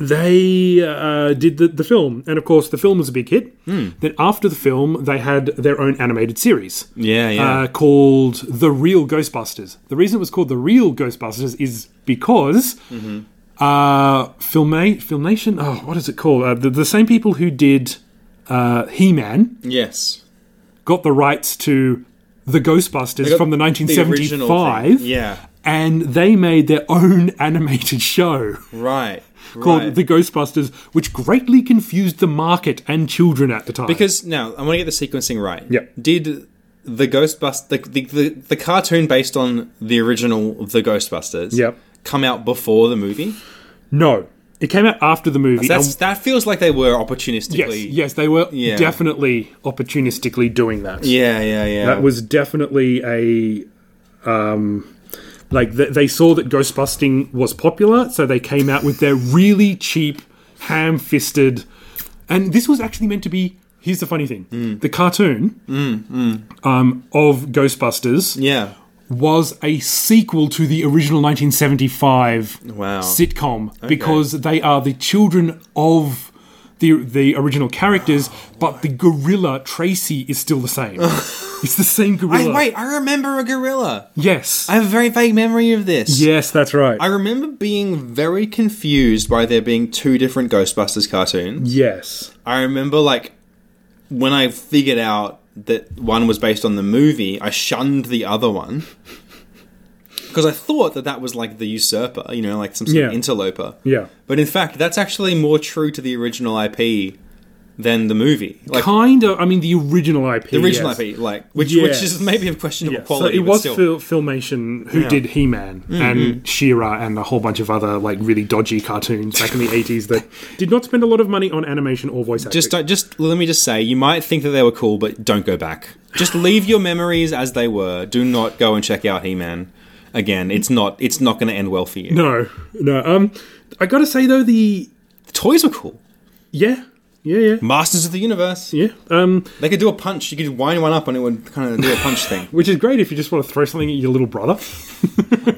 [SPEAKER 3] they uh, did the, the film and of course the film was a big hit
[SPEAKER 2] Hmm.
[SPEAKER 3] then after the film they had their own animated series
[SPEAKER 2] Yeah, yeah.
[SPEAKER 3] uh, called the real ghostbusters the reason it was called the real ghostbusters is because
[SPEAKER 2] Mm-hmm.
[SPEAKER 3] uh, Filma- filmation oh what is it called uh, the, the same people who did uh, he-man
[SPEAKER 2] yes,
[SPEAKER 3] got the rights to the ghostbusters from the
[SPEAKER 2] original thing.
[SPEAKER 3] 1975
[SPEAKER 2] yeah,
[SPEAKER 3] and they made their own [laughs] animated show
[SPEAKER 2] right.
[SPEAKER 3] called
[SPEAKER 2] right.
[SPEAKER 3] The Ghostbusters, which greatly confused the market and children at the time.
[SPEAKER 2] because now I want to get the sequencing right.
[SPEAKER 3] Yep.
[SPEAKER 2] Did the Ghostbusters the, the the the cartoon based on the original The Ghostbusters?
[SPEAKER 3] Yep.
[SPEAKER 2] Come out before the movie.
[SPEAKER 3] no, it came out after the movie.
[SPEAKER 2] That's
[SPEAKER 3] and-
[SPEAKER 2] that feels like they were opportunistically.
[SPEAKER 3] yes, Um, yes, they were
[SPEAKER 2] Yeah.
[SPEAKER 3] definitely opportunistically doing that.
[SPEAKER 2] Yeah, yeah, yeah.
[SPEAKER 3] That was definitely a. Um, like th- they saw that ghostbusting was popular, so they came out with their really cheap ham fisted. And this was actually meant to be. Here's the funny thing:
[SPEAKER 2] Mm.
[SPEAKER 3] the cartoon Um, of Ghostbusters
[SPEAKER 2] Yeah.
[SPEAKER 3] was a sequel to the original 1975
[SPEAKER 2] Wow.
[SPEAKER 3] sitcom because they are the children of the the original characters, but the gorilla Tracy is still
[SPEAKER 2] [laughs]
[SPEAKER 3] the same. it's the same
[SPEAKER 2] I,
[SPEAKER 3] gorilla.
[SPEAKER 2] wait, I remember a gorilla.
[SPEAKER 3] Yes.
[SPEAKER 2] I have a very vague memory of this.
[SPEAKER 3] yes, that's right.
[SPEAKER 2] I remember being very confused by there being two different Ghostbusters cartoons.
[SPEAKER 3] yes.
[SPEAKER 2] I remember, like, when I figured out that one was based on the movie, I shunned the other one. [laughs] Because I thought that that was like the usurper, you know, like some sort of
[SPEAKER 3] Yeah.
[SPEAKER 2] interloper.
[SPEAKER 3] Yeah.
[SPEAKER 2] But in fact, that's actually more true to the original IP than the movie. Like,
[SPEAKER 3] kind of. I mean, the original IP.
[SPEAKER 2] the original
[SPEAKER 3] yes.
[SPEAKER 2] IP, like, which, which
[SPEAKER 3] Yes.
[SPEAKER 2] is maybe of questionable
[SPEAKER 3] Yeah,
[SPEAKER 2] quality.
[SPEAKER 3] so it
[SPEAKER 2] but
[SPEAKER 3] was
[SPEAKER 2] still. Mm-hmm.
[SPEAKER 3] Phil, Filmation who did He Man and She-Ra and a whole bunch of other like really dodgy cartoons back in the eighties that did not spend a lot of money on animation or voice acting.
[SPEAKER 2] Just don't, just let me just say, you might think that they were cool, but don't go back. Just leave your memories as they were. Do not go and check out He Man again. It's not it's not going to end well for you.
[SPEAKER 3] no, no. Um, I gotta say though, the
[SPEAKER 2] The toys were cool.
[SPEAKER 3] yeah, yeah, yeah,
[SPEAKER 2] Masters of the Universe.
[SPEAKER 3] yeah. Um,
[SPEAKER 2] They could do a punch. You could wind one up, and it would kind of do a punch thing.
[SPEAKER 3] which is great if you just want to throw something at your little brother.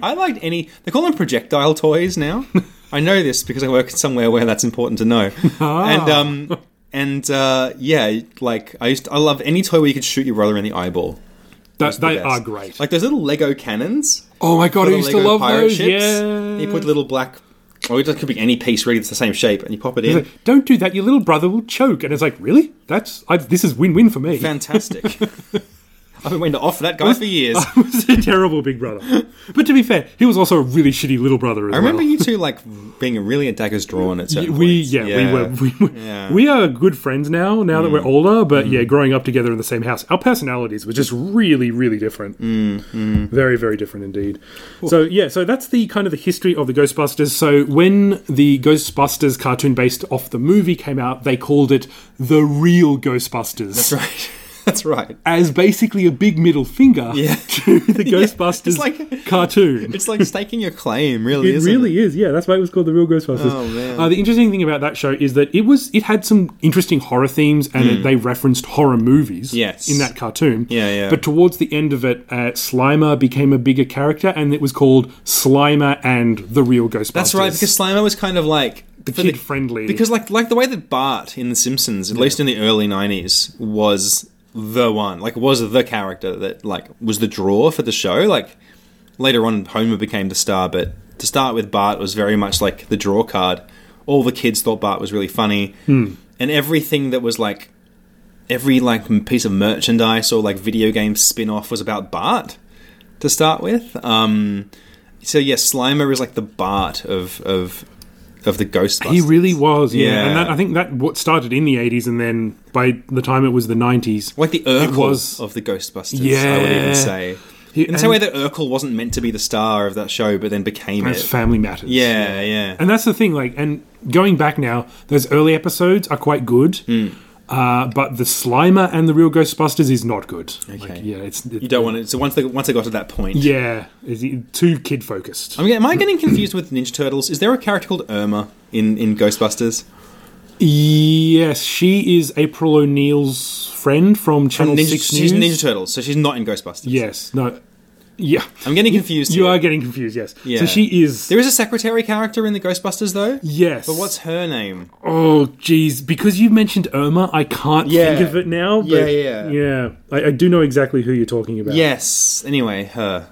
[SPEAKER 2] I liked any. They call them projectile toys now. I know this because I work somewhere where that's important to know.
[SPEAKER 3] Ah.
[SPEAKER 2] And um and uh, yeah, like I used I love any toy where you could shoot your brother in the eyeball.
[SPEAKER 3] That,
[SPEAKER 2] the
[SPEAKER 3] they
[SPEAKER 2] best.
[SPEAKER 3] are great.
[SPEAKER 2] Like those little Lego cannons.
[SPEAKER 3] oh my god, I
[SPEAKER 2] the
[SPEAKER 3] used to
[SPEAKER 2] Lego
[SPEAKER 3] love
[SPEAKER 2] pirate
[SPEAKER 3] those.
[SPEAKER 2] ships.
[SPEAKER 3] Yeah.
[SPEAKER 2] You put little black. Or it could be any piece really that's the same shape, and you pop it in.
[SPEAKER 3] don't do that. Your little brother will choke. And it's like, really? That's I, this is win-win for me.
[SPEAKER 2] [laughs] Fantastic. I've been waiting to offer that guy for years.
[SPEAKER 3] [laughs] I was a [laughs] terrible big brother. But to be fair, he was also a really shitty little brother as
[SPEAKER 2] I remember
[SPEAKER 3] well.
[SPEAKER 2] you two like being really at daggers drawn at certain
[SPEAKER 3] we
[SPEAKER 2] points.
[SPEAKER 3] yeah, we were [laughs] we, were-
[SPEAKER 2] Yeah. Mm.
[SPEAKER 3] we are good friends now now that we're older but yeah growing up together in the same house our personalities were just really really different
[SPEAKER 2] Mm,
[SPEAKER 3] very very different indeed so yeah so that's the kind of the history of the ghostbusters so when the ghostbusters cartoon based off the movie came out they called it the real ghostbusters
[SPEAKER 2] [laughs] That's right. [laughs] That's right.
[SPEAKER 3] as basically a big middle finger
[SPEAKER 2] Yeah.
[SPEAKER 3] [laughs] to
[SPEAKER 2] [laughs]
[SPEAKER 3] the
[SPEAKER 2] Yeah, it's
[SPEAKER 3] ghostbusters
[SPEAKER 2] like-
[SPEAKER 3] cartoon
[SPEAKER 2] It's like staking your claim, really.
[SPEAKER 3] it
[SPEAKER 2] isn't
[SPEAKER 3] really
[SPEAKER 2] it?
[SPEAKER 3] is, yeah. That's why it was called The Real Ghostbusters.
[SPEAKER 2] Oh, man.
[SPEAKER 3] Uh, the interesting thing about that show is that it was it had some interesting horror themes, and it, they referenced horror movies.
[SPEAKER 2] Hmm. Yes.
[SPEAKER 3] in that cartoon.
[SPEAKER 2] Yeah, yeah.
[SPEAKER 3] But towards the end of it, uh, Slimer became a bigger character, and it was called Slimer and the Real Ghostbusters.
[SPEAKER 2] That's right, because Slimer was kind of like for
[SPEAKER 3] kid friendly.
[SPEAKER 2] Because like like the way that Bart in The Simpsons, at least in the early nineties, was the one. Like was the character that like was the draw for the show. Like later on Homer became the star, but to start with Bart was very much like the draw card. All the kids thought Bart was really funny. And everything that was like every like m- piece of merchandise or like video game spin-off was about Bart to start with. Um so yeah, Slimer is like the Bart of of of the Ghostbusters.
[SPEAKER 3] he really was. Yeah,
[SPEAKER 2] Yeah.
[SPEAKER 3] and that, I think that what started in the eighties, and then by the time it was the nineties,
[SPEAKER 2] like the Urkel
[SPEAKER 3] was-
[SPEAKER 2] of the Ghostbusters. I would
[SPEAKER 3] Yeah.
[SPEAKER 2] even say.
[SPEAKER 3] He-
[SPEAKER 2] In the same way
[SPEAKER 3] and-
[SPEAKER 2] that Urkel wasn't meant to be the star of that show, but then became it.
[SPEAKER 3] as Family Matters.
[SPEAKER 2] yeah, yeah.
[SPEAKER 3] And that's the thing, like, and going back now, those early episodes are quite good,
[SPEAKER 2] Hmm.
[SPEAKER 3] uh, but the Slimer and the Real Ghostbusters is not good. Like, yeah, it's
[SPEAKER 2] you don't want it. So once they once I got to that point,
[SPEAKER 3] Yeah, it's too kid focused.
[SPEAKER 2] I mean, am I getting confused with Ninja Turtles? Is there a character called Irma in in Ghostbusters?
[SPEAKER 3] yes, she is April O'Neil's friend from Channel
[SPEAKER 2] Ninja,
[SPEAKER 3] Six
[SPEAKER 2] she's
[SPEAKER 3] News.
[SPEAKER 2] Ninja Turtles, so she's not in Ghostbusters.
[SPEAKER 3] yes, no, yeah,
[SPEAKER 2] I'm getting confused.
[SPEAKER 3] you
[SPEAKER 2] here.
[SPEAKER 3] are getting confused. Yes,
[SPEAKER 2] Yeah.
[SPEAKER 3] so she is.
[SPEAKER 2] There is a secretary character in the Ghostbusters though.
[SPEAKER 3] Yes.
[SPEAKER 2] But what's her name?
[SPEAKER 3] Oh, geez. Because you mentioned Irma, I can't
[SPEAKER 2] Yeah.
[SPEAKER 3] think of it now. But
[SPEAKER 2] Yeah, yeah.
[SPEAKER 3] Yeah. I, I do know exactly who you're talking about.
[SPEAKER 2] Yes. Anyway, her.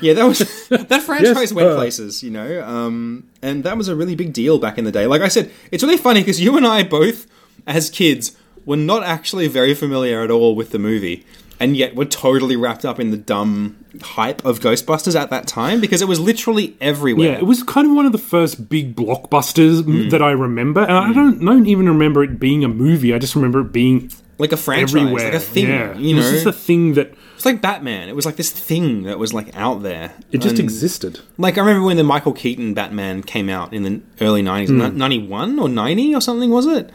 [SPEAKER 2] Yeah, that was [laughs] that franchise
[SPEAKER 3] Yes,
[SPEAKER 2] went
[SPEAKER 3] her.
[SPEAKER 2] places, you know, um, and that was a really big deal back in the day. Like I said, it's really funny because you and I both, as kids, were not actually very familiar at all with the movie, and yet were totally wrapped up in the dumb hype of Ghostbusters at that time because it was literally everywhere.
[SPEAKER 3] Yeah, it was kind of one of the first big blockbusters
[SPEAKER 2] Mm.
[SPEAKER 3] m that I remember, and I don't don't even remember it being a movie. I just remember it being
[SPEAKER 2] like a franchise,
[SPEAKER 3] everywhere.
[SPEAKER 2] like a thing.
[SPEAKER 3] yeah,
[SPEAKER 2] You
[SPEAKER 3] it
[SPEAKER 2] know,
[SPEAKER 3] was just a thing that
[SPEAKER 2] it's like Batman. It was like this thing that was like out there.
[SPEAKER 3] it just
[SPEAKER 2] And-
[SPEAKER 3] existed.
[SPEAKER 2] Like I remember when the Michael
[SPEAKER 3] Hmm.
[SPEAKER 2] Keaton Batman came out in the early nineties, ninety one or ninety or something was it?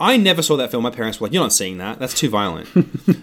[SPEAKER 2] I never saw that film. My parents were like, "You're not seeing that. That's too
[SPEAKER 3] [laughs]
[SPEAKER 2] violent."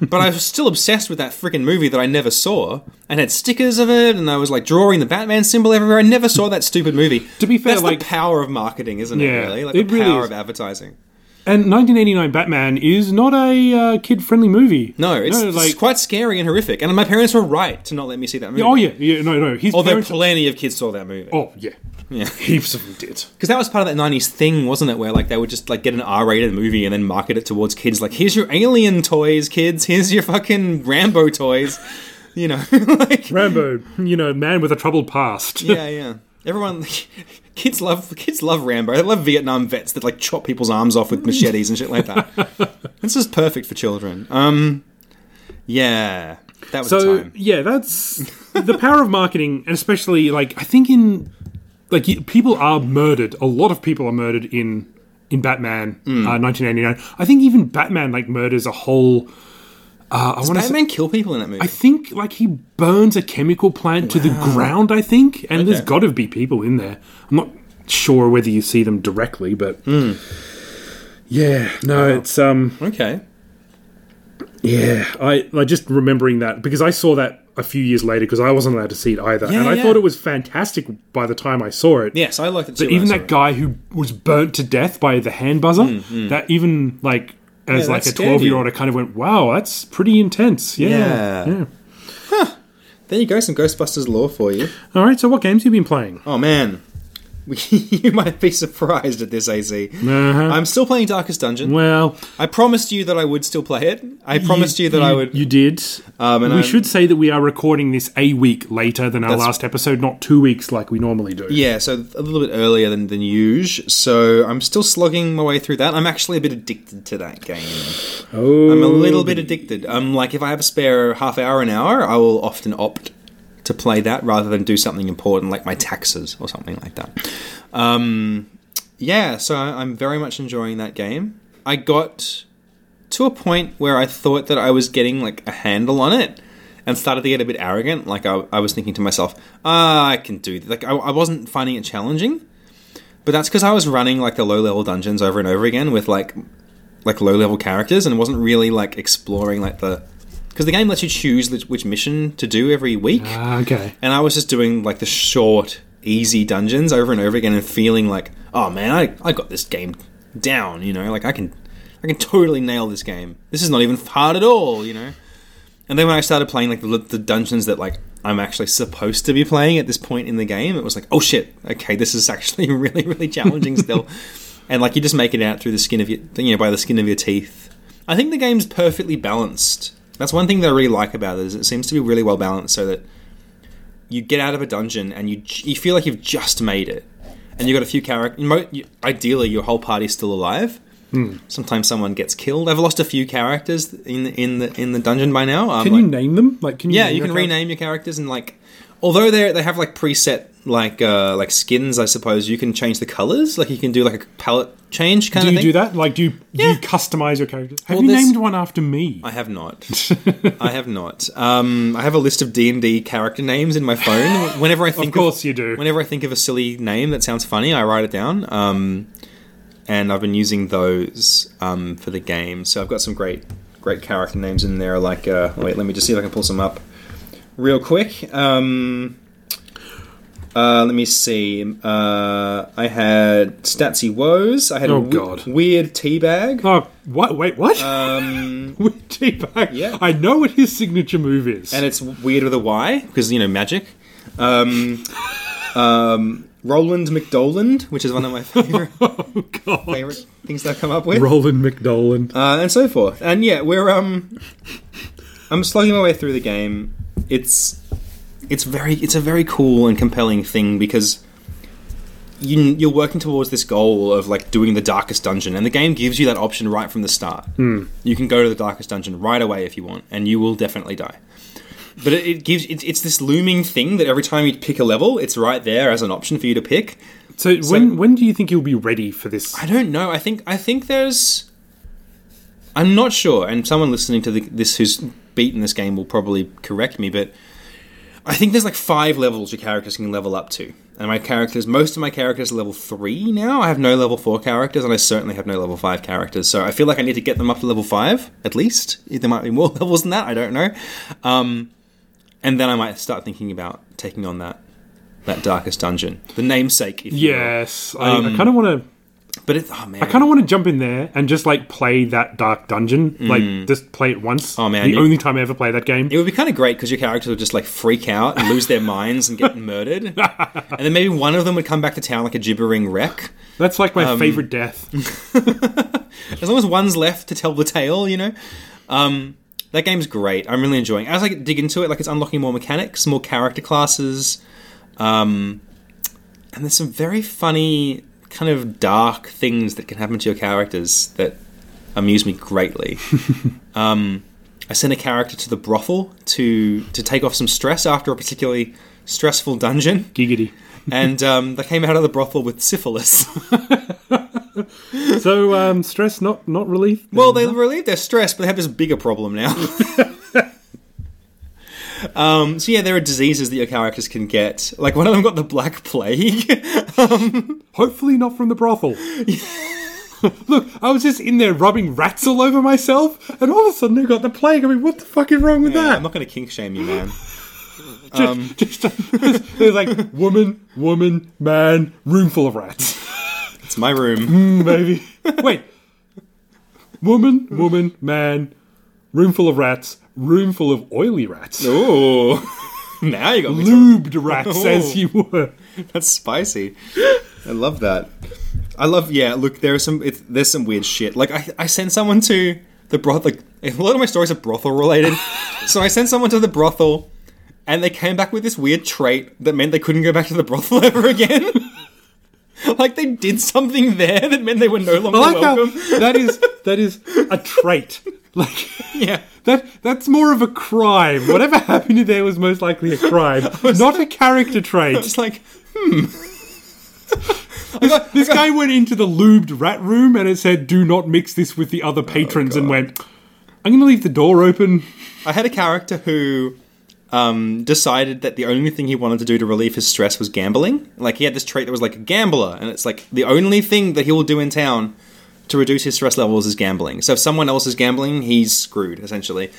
[SPEAKER 2] but I was still obsessed with that freaking movie that I never saw, and had stickers of it, and I was like drawing the Batman symbol everywhere. I never saw that stupid movie.
[SPEAKER 3] [laughs] To be fair,
[SPEAKER 2] that's
[SPEAKER 3] like-
[SPEAKER 2] the power of marketing, isn't
[SPEAKER 3] Yeah,
[SPEAKER 2] it? Really, like
[SPEAKER 3] it
[SPEAKER 2] the
[SPEAKER 3] really
[SPEAKER 2] power
[SPEAKER 3] is.
[SPEAKER 2] of advertising.
[SPEAKER 3] And 1989 Batman is not a uh, kid-friendly movie.
[SPEAKER 2] No, it's, it's
[SPEAKER 3] like
[SPEAKER 2] quite scary and horrific. And my parents were right to not let me see that movie.
[SPEAKER 3] oh yeah, yeah, no, no. His
[SPEAKER 2] Although
[SPEAKER 3] parents-
[SPEAKER 2] plenty of kids saw that movie.
[SPEAKER 3] oh yeah,
[SPEAKER 2] Yeah.
[SPEAKER 3] heaps of them did.
[SPEAKER 2] Because that was part of that 90s thing, wasn't it? Where like they would just like get an R-rated movie and then market it towards kids. Like, here's your alien toys, kids. Here's your fucking Rambo toys. You know, [laughs] like
[SPEAKER 3] Rambo, you know, man with a troubled past.
[SPEAKER 2] yeah, yeah. Everyone, [laughs] kids love kids love Rambo. They love Vietnam vets that like chop people's arms off with machetes and shit like
[SPEAKER 3] [laughs]
[SPEAKER 2] that. this is perfect for children. Um, yeah, that was a
[SPEAKER 3] So
[SPEAKER 2] time.
[SPEAKER 3] yeah, that's the power of marketing, and especially like I think in like y- people are murdered. A lot of people are murdered in in Batman uh,
[SPEAKER 2] Hmm.
[SPEAKER 3] 1989. I think even Batman like murders a whole. Uh, I want to say.
[SPEAKER 2] Batman kill people in that movie.
[SPEAKER 3] I think like he burns a chemical plant to the ground. I think, and there's
[SPEAKER 2] Okay.
[SPEAKER 3] got to be people in there. I'm not sure whether you see them directly, but
[SPEAKER 2] Hmm.
[SPEAKER 3] yeah, no, it's um,
[SPEAKER 2] okay.
[SPEAKER 3] yeah, I like just remembering that because I saw that a few years later because I wasn't allowed to see it either,
[SPEAKER 2] Yeah,
[SPEAKER 3] and I
[SPEAKER 2] yeah.
[SPEAKER 3] thought it was fantastic by the time I saw it.
[SPEAKER 2] Yes, I liked it too.
[SPEAKER 3] but
[SPEAKER 2] when I
[SPEAKER 3] even
[SPEAKER 2] saw
[SPEAKER 3] that
[SPEAKER 2] it.
[SPEAKER 3] guy who was burnt to death by the hand buzzer, that even like as
[SPEAKER 2] Mm, Yeah,
[SPEAKER 3] like
[SPEAKER 2] that
[SPEAKER 3] a
[SPEAKER 2] scared you.
[SPEAKER 3] twelve year old, I kind of went, "Wow, that's pretty intense." Yeah,
[SPEAKER 2] Yeah.
[SPEAKER 3] yeah.
[SPEAKER 2] There you go, some Ghostbusters lore for you.
[SPEAKER 3] All right, so what games you been playing?
[SPEAKER 2] Oh man, [laughs] We- you might be surprised at this, AZ. I'm still playing Darkest Dungeon.
[SPEAKER 3] Well,
[SPEAKER 2] I promised you that I would still play it. I promised you, that I would.
[SPEAKER 3] You did.
[SPEAKER 2] Um, and
[SPEAKER 3] we
[SPEAKER 2] I'm-
[SPEAKER 3] should say that we are recording this a week later than our
[SPEAKER 2] That's-
[SPEAKER 3] last episode, not two weeks like we normally do.
[SPEAKER 2] yeah, so a little bit earlier than than usual. So I'm still slugging my way through that. I'm actually a bit addicted to that game.
[SPEAKER 3] Oh,
[SPEAKER 2] I'm a little bit addicted. I'm like, if I have a spare half hour, an hour, I will often opt to play that rather than do something important like my taxes or something like that. Um, yeah, so I- I'm very much enjoying that game. I got to a point where I thought that I was getting like a handle on it and started to get a bit arrogant. Like I, I was thinking to myself, ah, I can do this. Like I, I wasn't finding it challenging, but that's because I was running like the low level dungeons over and over again with like like low level characters and wasn't really like exploring like the because the game lets you choose which- which mission to do every week
[SPEAKER 3] Ah, okay.
[SPEAKER 2] and I was just doing like the short, easy dungeons over and over again, and feeling like, oh man, I, I got this game down. You know, like I can, I can totally nail this game. This is not even hard at all. You know. And then when I started playing like the, the dungeons that like I'm actually supposed to be playing at this point in the game, it was like, oh shit, okay, this is actually [laughs] really really challenging still. And like you just make it out through the skin of your, you know, by the skin of your teeth. I think the game's perfectly balanced. That's one thing that I really like about it is it seems to be really well balanced, so that you get out of a dungeon and you j- you feel like you've just made it, and you got a few characters. Mo- you- ideally, your whole party's still alive.
[SPEAKER 3] Hmm.
[SPEAKER 2] Sometimes someone gets killed. I've lost a few characters in in the in the dungeon by now. Um,
[SPEAKER 3] Can
[SPEAKER 2] like-
[SPEAKER 3] you name them? Like, can you?
[SPEAKER 2] yeah,
[SPEAKER 3] name
[SPEAKER 2] you
[SPEAKER 3] your
[SPEAKER 2] can
[SPEAKER 3] character?
[SPEAKER 2] rename your characters and like, although they they have like preset like uh like skins, I suppose you can change the colors. Like you can do like a palette change kind
[SPEAKER 3] Do
[SPEAKER 2] of
[SPEAKER 3] you
[SPEAKER 2] thing.
[SPEAKER 3] do that? Like, do you, do you
[SPEAKER 2] Yeah.
[SPEAKER 3] customize your character? Have
[SPEAKER 2] Well,
[SPEAKER 3] you
[SPEAKER 2] there's-
[SPEAKER 3] named one after me?
[SPEAKER 2] I have
[SPEAKER 3] [laughs]
[SPEAKER 2] not. I have not. Um, I have a list of D and D character names in my phone.
[SPEAKER 3] [laughs]
[SPEAKER 2] Whenever I think,
[SPEAKER 3] course you [laughs] do.
[SPEAKER 2] Whenever I think of a silly name that sounds funny, I write it down. Um, and I've been using those um, for the game. So I've got some great, great character names in there. Like, uh, wait, let me just see if I can pull some up real quick. Um, uh, let me see. Uh, I had Statsy Woes. I had
[SPEAKER 3] Oh,
[SPEAKER 2] a w-
[SPEAKER 3] God.
[SPEAKER 2] weird teabag.
[SPEAKER 3] Oh, what? Wait, what? [laughs]
[SPEAKER 2] Um,
[SPEAKER 3] Wait, T-Bag.
[SPEAKER 2] yeah.
[SPEAKER 3] I know what his signature move is.
[SPEAKER 2] and it's weird with a Y because you know magic. Um, um, Roland McDoland, which is one of my [laughs] favorite
[SPEAKER 3] oh God,
[SPEAKER 2] favorite things they've come up with,
[SPEAKER 3] Roland McDolan.
[SPEAKER 2] uh, and so forth. And yeah, we're um, I'm slugging my way through the game. It's it's very it's a very cool and compelling thing because you you're working towards this goal of like doing the darkest dungeon, and the game gives you that option right from the start. You can go to the darkest dungeon right away if you want, and you will definitely die. But it, it gives it, it's this looming thing that every time you pick a level, it's right there as an option for you to pick.
[SPEAKER 3] So, when when do you think you'll be ready for this?
[SPEAKER 2] I don't know. I think I think there's. I'm not sure, and someone listening to the, this who's beaten this game will probably correct me, but I think there's like five levels your characters can level up to. And my characters, most of my characters are level three now. I have no level four characters, and I certainly have no level five characters. So I feel like I need to get them up to level five, at least. There might be more [laughs] levels than that, I don't know. Um, and then I might start thinking about taking on that that darkest dungeon. The namesake, if you will.
[SPEAKER 3] Yes, I,
[SPEAKER 2] Um,
[SPEAKER 3] I kind of want to.
[SPEAKER 2] But it, oh man.
[SPEAKER 3] I kind of want to jump in there and just like play that dark dungeon, like just play it once.
[SPEAKER 2] Mm. Oh, man,
[SPEAKER 3] the
[SPEAKER 2] you-
[SPEAKER 3] only time I ever play that game.
[SPEAKER 2] It would be kind of great because your characters would just like freak out and lose their minds and get murdered. And then maybe one of them would come back to town like a gibbering wreck.
[SPEAKER 3] That's like
[SPEAKER 2] Um,
[SPEAKER 3] my favorite death.
[SPEAKER 2] As long as one's left to tell the tale, you know? Um, that game's great. I'm really enjoying it. As I dig into it, like it's unlocking more mechanics, more character classes. Um, and there's some very funny, kind of dark things that can happen to your characters that amuse me greatly. Um, I sent a character to the brothel to to take off some stress after a particularly stressful dungeon,
[SPEAKER 3] Giggity.
[SPEAKER 2] and um, they came out of the brothel with syphilis.
[SPEAKER 3] So um, stress not not relief.
[SPEAKER 2] well, they relieved their stress, but they have this bigger problem now. um, so yeah, there are diseases that your characters can get. Like one of them got the black plague.
[SPEAKER 3] Hopefully not from
[SPEAKER 2] [laughs]
[SPEAKER 3] the brothel. Look, I was just in there rubbing rats all over myself, and all of a sudden I got the plague. I mean, what the fuck is wrong with
[SPEAKER 2] I'm
[SPEAKER 3] that?
[SPEAKER 2] not um, going to kink shame you, man.
[SPEAKER 3] Just, there's like woman, woman, man, room full of rats. [laughs]
[SPEAKER 2] It's my room.
[SPEAKER 3] Maybe. Wait. Woman, woman, man, room full of rats, room full of oily rats.
[SPEAKER 2] Ooh, [laughs] now you got me.
[SPEAKER 3] Lubed rats,
[SPEAKER 2] Oh.
[SPEAKER 3] as you were.
[SPEAKER 2] That's spicy. I love that. I love. Yeah, look, there are some. It's, there's some weird shit. Like I, I sent someone to the brothel. Like, a lot of my stories are brothel
[SPEAKER 3] [laughs]
[SPEAKER 2] related. so I sent someone to the brothel, and they came back with this weird trait that meant they couldn't go back to the brothel [laughs] ever again. like they did something there that meant they were no longer
[SPEAKER 3] I like how
[SPEAKER 2] welcome.
[SPEAKER 3] that is that is a trait. Like
[SPEAKER 2] Yeah.
[SPEAKER 3] That that's more of a crime. Whatever [laughs] happened to there was most likely
[SPEAKER 2] [laughs]
[SPEAKER 3] a crime, not a character trait.
[SPEAKER 2] It's like hmm. [laughs]
[SPEAKER 3] This guy went into the lubed rat room and it said, "Do not mix this with the
[SPEAKER 2] Oh,
[SPEAKER 3] other patrons," and went, "I'm going to leave the door open."
[SPEAKER 2] I had a character who um, decided that the only thing he wanted to do to relieve his stress was gambling. Like he had this trait that was like a gambler, and it's like the only thing that he will do in town to reduce his stress levels is gambling. So if someone else is gambling, he's screwed essentially.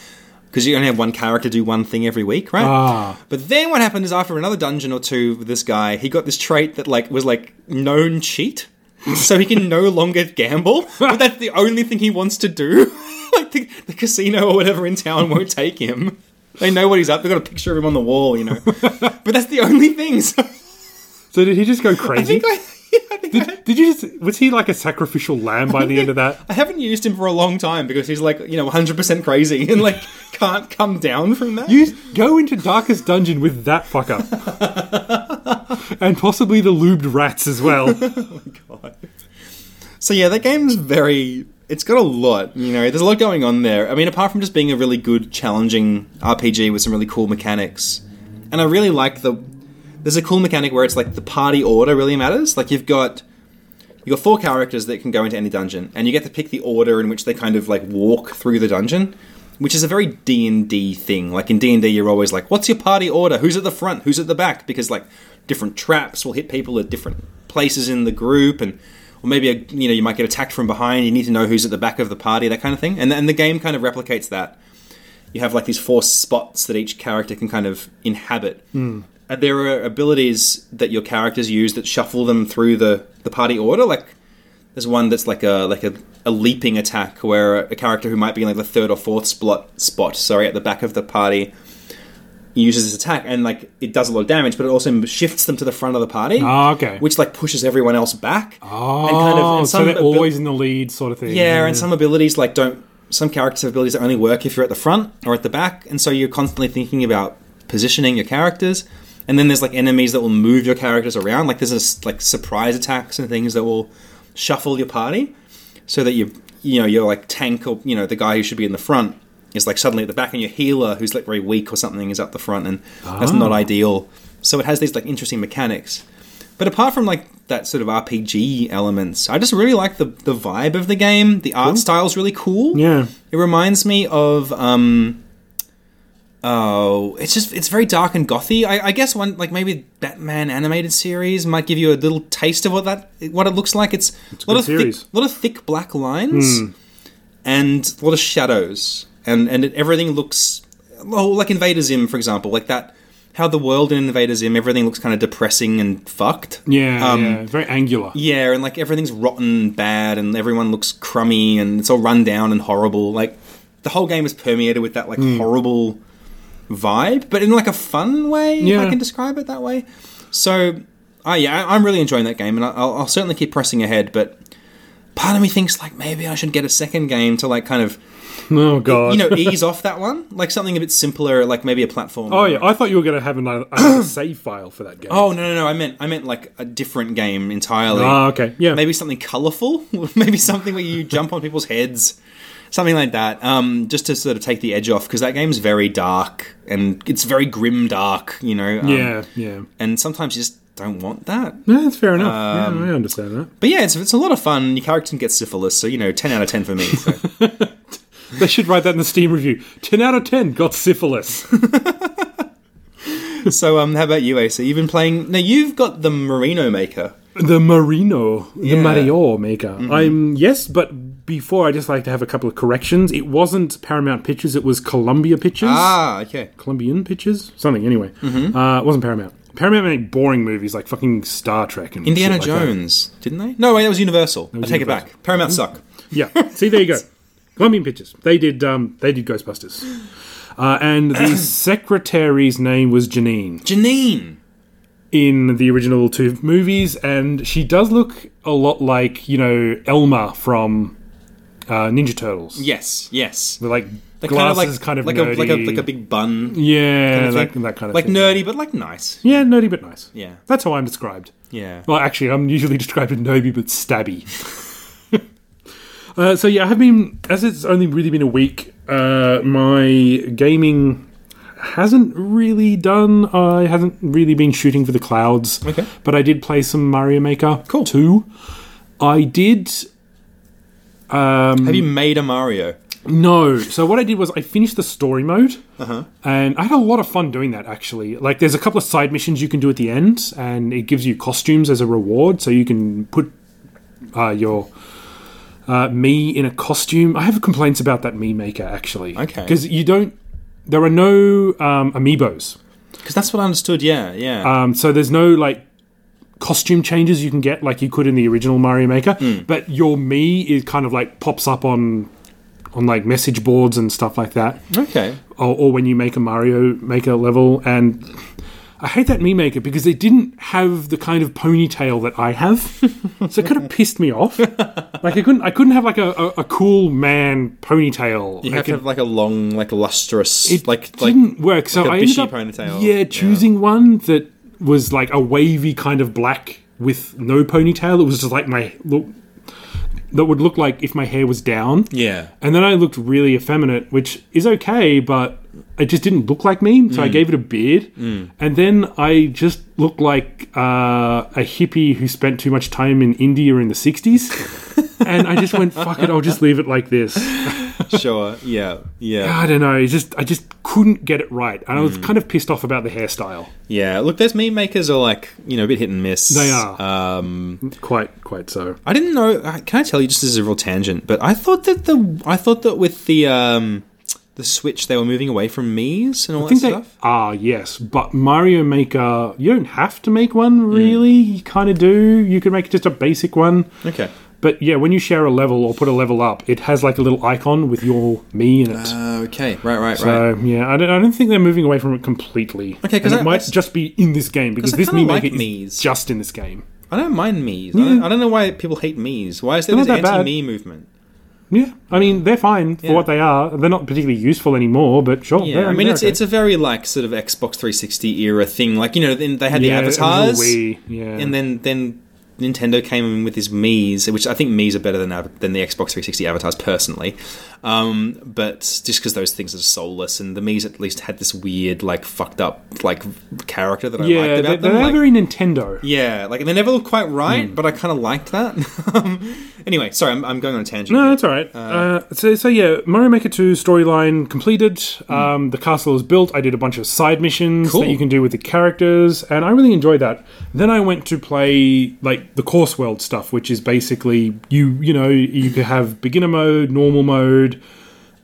[SPEAKER 2] Because you only have one character do one thing every week, right?
[SPEAKER 3] Ah.
[SPEAKER 2] But then what happened is after another dungeon or two with this guy, he got this trait that like was like known cheat. So he can no longer gamble, but that's the only thing he wants to do. [laughs] like the, the casino or whatever in town won't take him. They know what he's up. They've got a picture of him on the wall,
[SPEAKER 3] [laughs]
[SPEAKER 2] you know. but that's the only thing. So
[SPEAKER 3] So did he just
[SPEAKER 2] [laughs]
[SPEAKER 3] go
[SPEAKER 2] I
[SPEAKER 3] crazy?
[SPEAKER 2] think I, I think I,
[SPEAKER 3] did you just was he like a sacrificial lamb by the end of that?
[SPEAKER 2] [laughs] I haven't used him for a long time because he's like you know 100 percent crazy and like can't come down from that.
[SPEAKER 3] You go into darkest dungeon with
[SPEAKER 2] [laughs]
[SPEAKER 3] that fucker, and possibly the lubed rats
[SPEAKER 2] [laughs]
[SPEAKER 3] as well.
[SPEAKER 2] So yeah, that game's very. It's got a lot, you know. There's a lot going on there. I mean, apart from just being a really good, challenging RPG with some really cool mechanics, and I really like the. There's a cool mechanic where it's like the party order really matters. Like you've got you got four characters that can go into any dungeon, and you get to pick the order in which they kind of like walk through the dungeon, which is a very D and D thing. Like in D and D, you're always like, "What's your party order? Who's at the front? Who's at the back?" Because like different traps will hit people at different places in the group, and or maybe a, you know you might get attacked from behind. You need to know who's at the back of the party, that kind of thing. And and the game kind of replicates that. You have like these four spots that each character can kind of inhabit.
[SPEAKER 3] Hmm.
[SPEAKER 2] And there are abilities that your characters use that shuffle them through the, the party order. Like there's one that's like a like a, a leaping attack where a character who might be in like the third or fourth spot spot sorry at the back of the party uses this attack and like it does a lot of damage, but it also shifts them to the front of the party.
[SPEAKER 3] Ah, okay.
[SPEAKER 2] Which like pushes everyone else back.
[SPEAKER 3] Oh, so they're
[SPEAKER 2] abil-
[SPEAKER 3] always in the lead, sort of thing.
[SPEAKER 2] yeah, and some abilities like don't some characters have abilities that only work if you're at the front or at the back, and so you're constantly thinking about positioning your characters. And then there's like enemies that will move your characters around. Like there's this, like surprise attacks and things that will shuffle your party, so that you you know you're like tank or you know the guy who should be in the front is like suddenly at the back, and your healer who's like very weak or something is up the front, and that's not ideal. So it has these like interesting mechanics. But apart from like that sort of RPG elements, I just really like the the vibe of the game. The art style's really cool.
[SPEAKER 3] Yeah.
[SPEAKER 2] It reminds me of um Oh, it's just it's very dark and gothy. I, I guess one like maybe Batman animated series might give you a little taste of what that what it looks like. It's, a lot
[SPEAKER 3] good
[SPEAKER 2] of
[SPEAKER 3] series. Hmm.
[SPEAKER 2] thick, lot of thick black lines and a lot of shadows, and and it, everything looks oh like Invader Zim for example, like that how the world in Invader Zim everything looks kind of depressing and fucked. Um,
[SPEAKER 3] Yeah, yeah, very angular.
[SPEAKER 2] Yeah, and like everything's rotten and bad, and everyone looks crummy, and it's all run down and horrible. Like the whole game is permeated with that like
[SPEAKER 3] Mm.
[SPEAKER 2] horrible vibe, but in like a fun way. if
[SPEAKER 3] Yeah.
[SPEAKER 2] I can describe it that way. So, I yeah, I, I'm really enjoying that game, and I- I'll, I'll certainly keep pressing ahead. But part of me thinks like maybe I should get a second game to like kind of
[SPEAKER 3] Oh god.
[SPEAKER 2] you
[SPEAKER 3] [laughs]
[SPEAKER 2] know ease off that one, like something a bit simpler, like maybe a platform.
[SPEAKER 3] oh yeah, I thought you were going to have another,
[SPEAKER 2] [coughs]
[SPEAKER 3] another save file for that game.
[SPEAKER 2] Oh no no no! I meant I meant like a different game entirely.
[SPEAKER 3] Ah, okay.
[SPEAKER 2] [laughs]
[SPEAKER 3] Yeah.
[SPEAKER 2] maybe something colorful [laughs] maybe something where you jump on people's heads something like that um, just to sort of take the edge off because that game's very dark and it's very grim dark you know um,
[SPEAKER 3] Yeah, yeah.
[SPEAKER 2] and sometimes you just don't want that
[SPEAKER 3] No, that's fair enough.
[SPEAKER 2] Um,
[SPEAKER 3] yeah, I understand that.
[SPEAKER 2] but yeah it's, it's a lot of fun your character can get syphilis so you know 10 out of 10 for
[SPEAKER 3] [laughs]
[SPEAKER 2] me so.
[SPEAKER 3] They should write that in the Steam review. Ten out of ten got syphilis. [laughs]
[SPEAKER 2] so um, how about you AC you've been playing now you've got the Merino Maker
[SPEAKER 3] the Marino, the
[SPEAKER 2] Yeah. Mm-hmm.
[SPEAKER 3] Mario maker. I'm yes, but before I just like to have a couple of corrections. It wasn't Paramount Pictures. It was Columbia Pictures.
[SPEAKER 2] ah Mm-hmm. okay
[SPEAKER 3] Colombian Pictures, something anyway. Uh, it wasn't Paramount. Paramount made boring movies like fucking Star Trek and
[SPEAKER 2] Indiana
[SPEAKER 3] shit like that.
[SPEAKER 2] Jones didn't they no wait that was Universal I take
[SPEAKER 3] Universal. Mm-hmm.
[SPEAKER 2] it back Paramount suck
[SPEAKER 3] Yeah. See, there you go. Colombian Pictures. They did. Um, they did Ghostbusters. Uh, and
[SPEAKER 2] [coughs]
[SPEAKER 3] the secretary's name was Janine
[SPEAKER 2] Janine
[SPEAKER 3] in the original two movies, and she does look a lot like you know Elma from uh, Ninja Turtles.
[SPEAKER 2] yes yes
[SPEAKER 3] With like
[SPEAKER 2] They're
[SPEAKER 3] glasses, kind of
[SPEAKER 2] like
[SPEAKER 3] nerdy.
[SPEAKER 2] a, like a like a big bun
[SPEAKER 3] yeah,
[SPEAKER 2] of
[SPEAKER 3] that,
[SPEAKER 2] thing.
[SPEAKER 3] that kind of
[SPEAKER 2] like
[SPEAKER 3] thing.
[SPEAKER 2] nerdy, but like nice.
[SPEAKER 3] Yeah, nerdy but nice.
[SPEAKER 2] Yeah.
[SPEAKER 3] that's how I'm described.
[SPEAKER 2] Yeah.
[SPEAKER 3] Well, actually, I'm usually [laughs] described as nerdy but stabby. [laughs] uh, so yeah, I have been as it's only really been a week. Uh, my gaming hasn't really done. I haven't really been shooting for the clouds.
[SPEAKER 2] Okay.
[SPEAKER 3] But I did play some Mario Maker.
[SPEAKER 2] Cool.
[SPEAKER 3] Two. I did Mm.
[SPEAKER 2] Have you made a Mario?
[SPEAKER 3] No. So what I did was I finished the story mode, and I had a lot of fun doing that. Actually, like there's a couple of side missions you can do at the end, and it gives you costumes as a reward, so you can put uh, your uh, me in a costume. I have complaints about that me maker actually,
[SPEAKER 2] Okay.
[SPEAKER 3] because you don't. There are no um, amiibos,
[SPEAKER 2] Because that's what I understood. Yeah, yeah.
[SPEAKER 3] um, so there's no like costume changes you can get like you could in the original Mario Maker. But your me is kind of like pops up on on like message boards and stuff like that
[SPEAKER 2] okay.
[SPEAKER 3] or, or when you make a Mario Maker level. And I hate that Mii Maker because they didn't have the kind of ponytail that
[SPEAKER 2] [laughs]
[SPEAKER 3] I have, so it kind of pissed me off. Like I couldn't, I couldn't have like a, a, a cool man ponytail.
[SPEAKER 2] You
[SPEAKER 3] I
[SPEAKER 2] have to
[SPEAKER 3] could-
[SPEAKER 2] have like a long, like lustrous,
[SPEAKER 3] it
[SPEAKER 2] like like
[SPEAKER 3] didn't work. So
[SPEAKER 2] a
[SPEAKER 3] I ended
[SPEAKER 2] bishy
[SPEAKER 3] up
[SPEAKER 2] ponytail.
[SPEAKER 3] yeah
[SPEAKER 2] Yeah.
[SPEAKER 3] choosing one that was like a wavy kind of black with no ponytail. It was just like my look that would look like if my hair was down.
[SPEAKER 2] yeah.
[SPEAKER 3] And then I looked really effeminate, which is okay, but it just didn't look like me. So I gave it a beard. And then I just looked like uh, a hippie who spent too much time in India in the [laughs] 60s. and I just went, fuck it, I'll just leave it like this.
[SPEAKER 2] Sure. Yeah. Yeah.
[SPEAKER 3] I don't know. It's just I just couldn't get it right. And I was kind of pissed off about the hairstyle.
[SPEAKER 2] Yeah. Look, those meme makers are like you know a bit hit and miss.
[SPEAKER 3] They are.
[SPEAKER 2] Um,
[SPEAKER 3] Quite, quite so.
[SPEAKER 2] I didn't know. uh, Can I tell you? Just this is a real tangent, but I thought that the I thought that with the um the Switch they were moving away from Mii's and all
[SPEAKER 3] I think
[SPEAKER 2] that
[SPEAKER 3] they
[SPEAKER 2] stuff.
[SPEAKER 3] are, yes. But Mario Maker, you don't have to make one, really. You kind of do. You can make just a basic one.
[SPEAKER 2] Okay.
[SPEAKER 3] But yeah, when you share a level or put a level up, it has like a little icon with your me in it.
[SPEAKER 2] Uh, okay. Right. Right. right.
[SPEAKER 3] so yeah, I don't, I don't think they're moving away from it completely.
[SPEAKER 2] Okay, 'cause
[SPEAKER 3] And
[SPEAKER 2] I-
[SPEAKER 3] it might
[SPEAKER 2] that's-
[SPEAKER 3] just be in this game because
[SPEAKER 2] 'cause I
[SPEAKER 3] this me
[SPEAKER 2] kinda like
[SPEAKER 3] maker
[SPEAKER 2] Mii's.
[SPEAKER 3] is just in this game.
[SPEAKER 2] I don't mind Mii's. I, don't, I don't know why people hate Mii's. Why is there
[SPEAKER 3] They're
[SPEAKER 2] this
[SPEAKER 3] not that bad.
[SPEAKER 2] anti-Mii movement?
[SPEAKER 3] Yeah, I mean they're fine for
[SPEAKER 2] Yeah.
[SPEAKER 3] what they are. They're not particularly useful anymore, but sure.
[SPEAKER 2] Yeah, I mean it's it's a very like sort of Xbox 360 era thing. Like you know, then they had the avatars,
[SPEAKER 3] yeah,
[SPEAKER 2] and then then Nintendo came in with his Mii's, which I think Mii's are better than av- than the Xbox 360 avatars personally. Um, but just because those things are soulless, and the Mii's at least had this weird like fucked up like character that I
[SPEAKER 3] yeah,
[SPEAKER 2] liked
[SPEAKER 3] they're,
[SPEAKER 2] about
[SPEAKER 3] they're
[SPEAKER 2] them. like-
[SPEAKER 3] very Nintendo. Hmm.
[SPEAKER 2] yeah, like they never looked quite right, but I kind of liked that. Um, [laughs] Anyway, sorry, I'm, I'm going on a tangent.
[SPEAKER 3] No,
[SPEAKER 2] here.
[SPEAKER 3] that's all right. Uh, so, so yeah, Mario Maker 2 storyline completed. Um, the castle is built. I did a bunch of side missions
[SPEAKER 2] Cool.
[SPEAKER 3] that you can do with the characters, and I really enjoyed that. Then I went to play like the course world stuff, which is basically you you know you could have beginner mode, normal mode,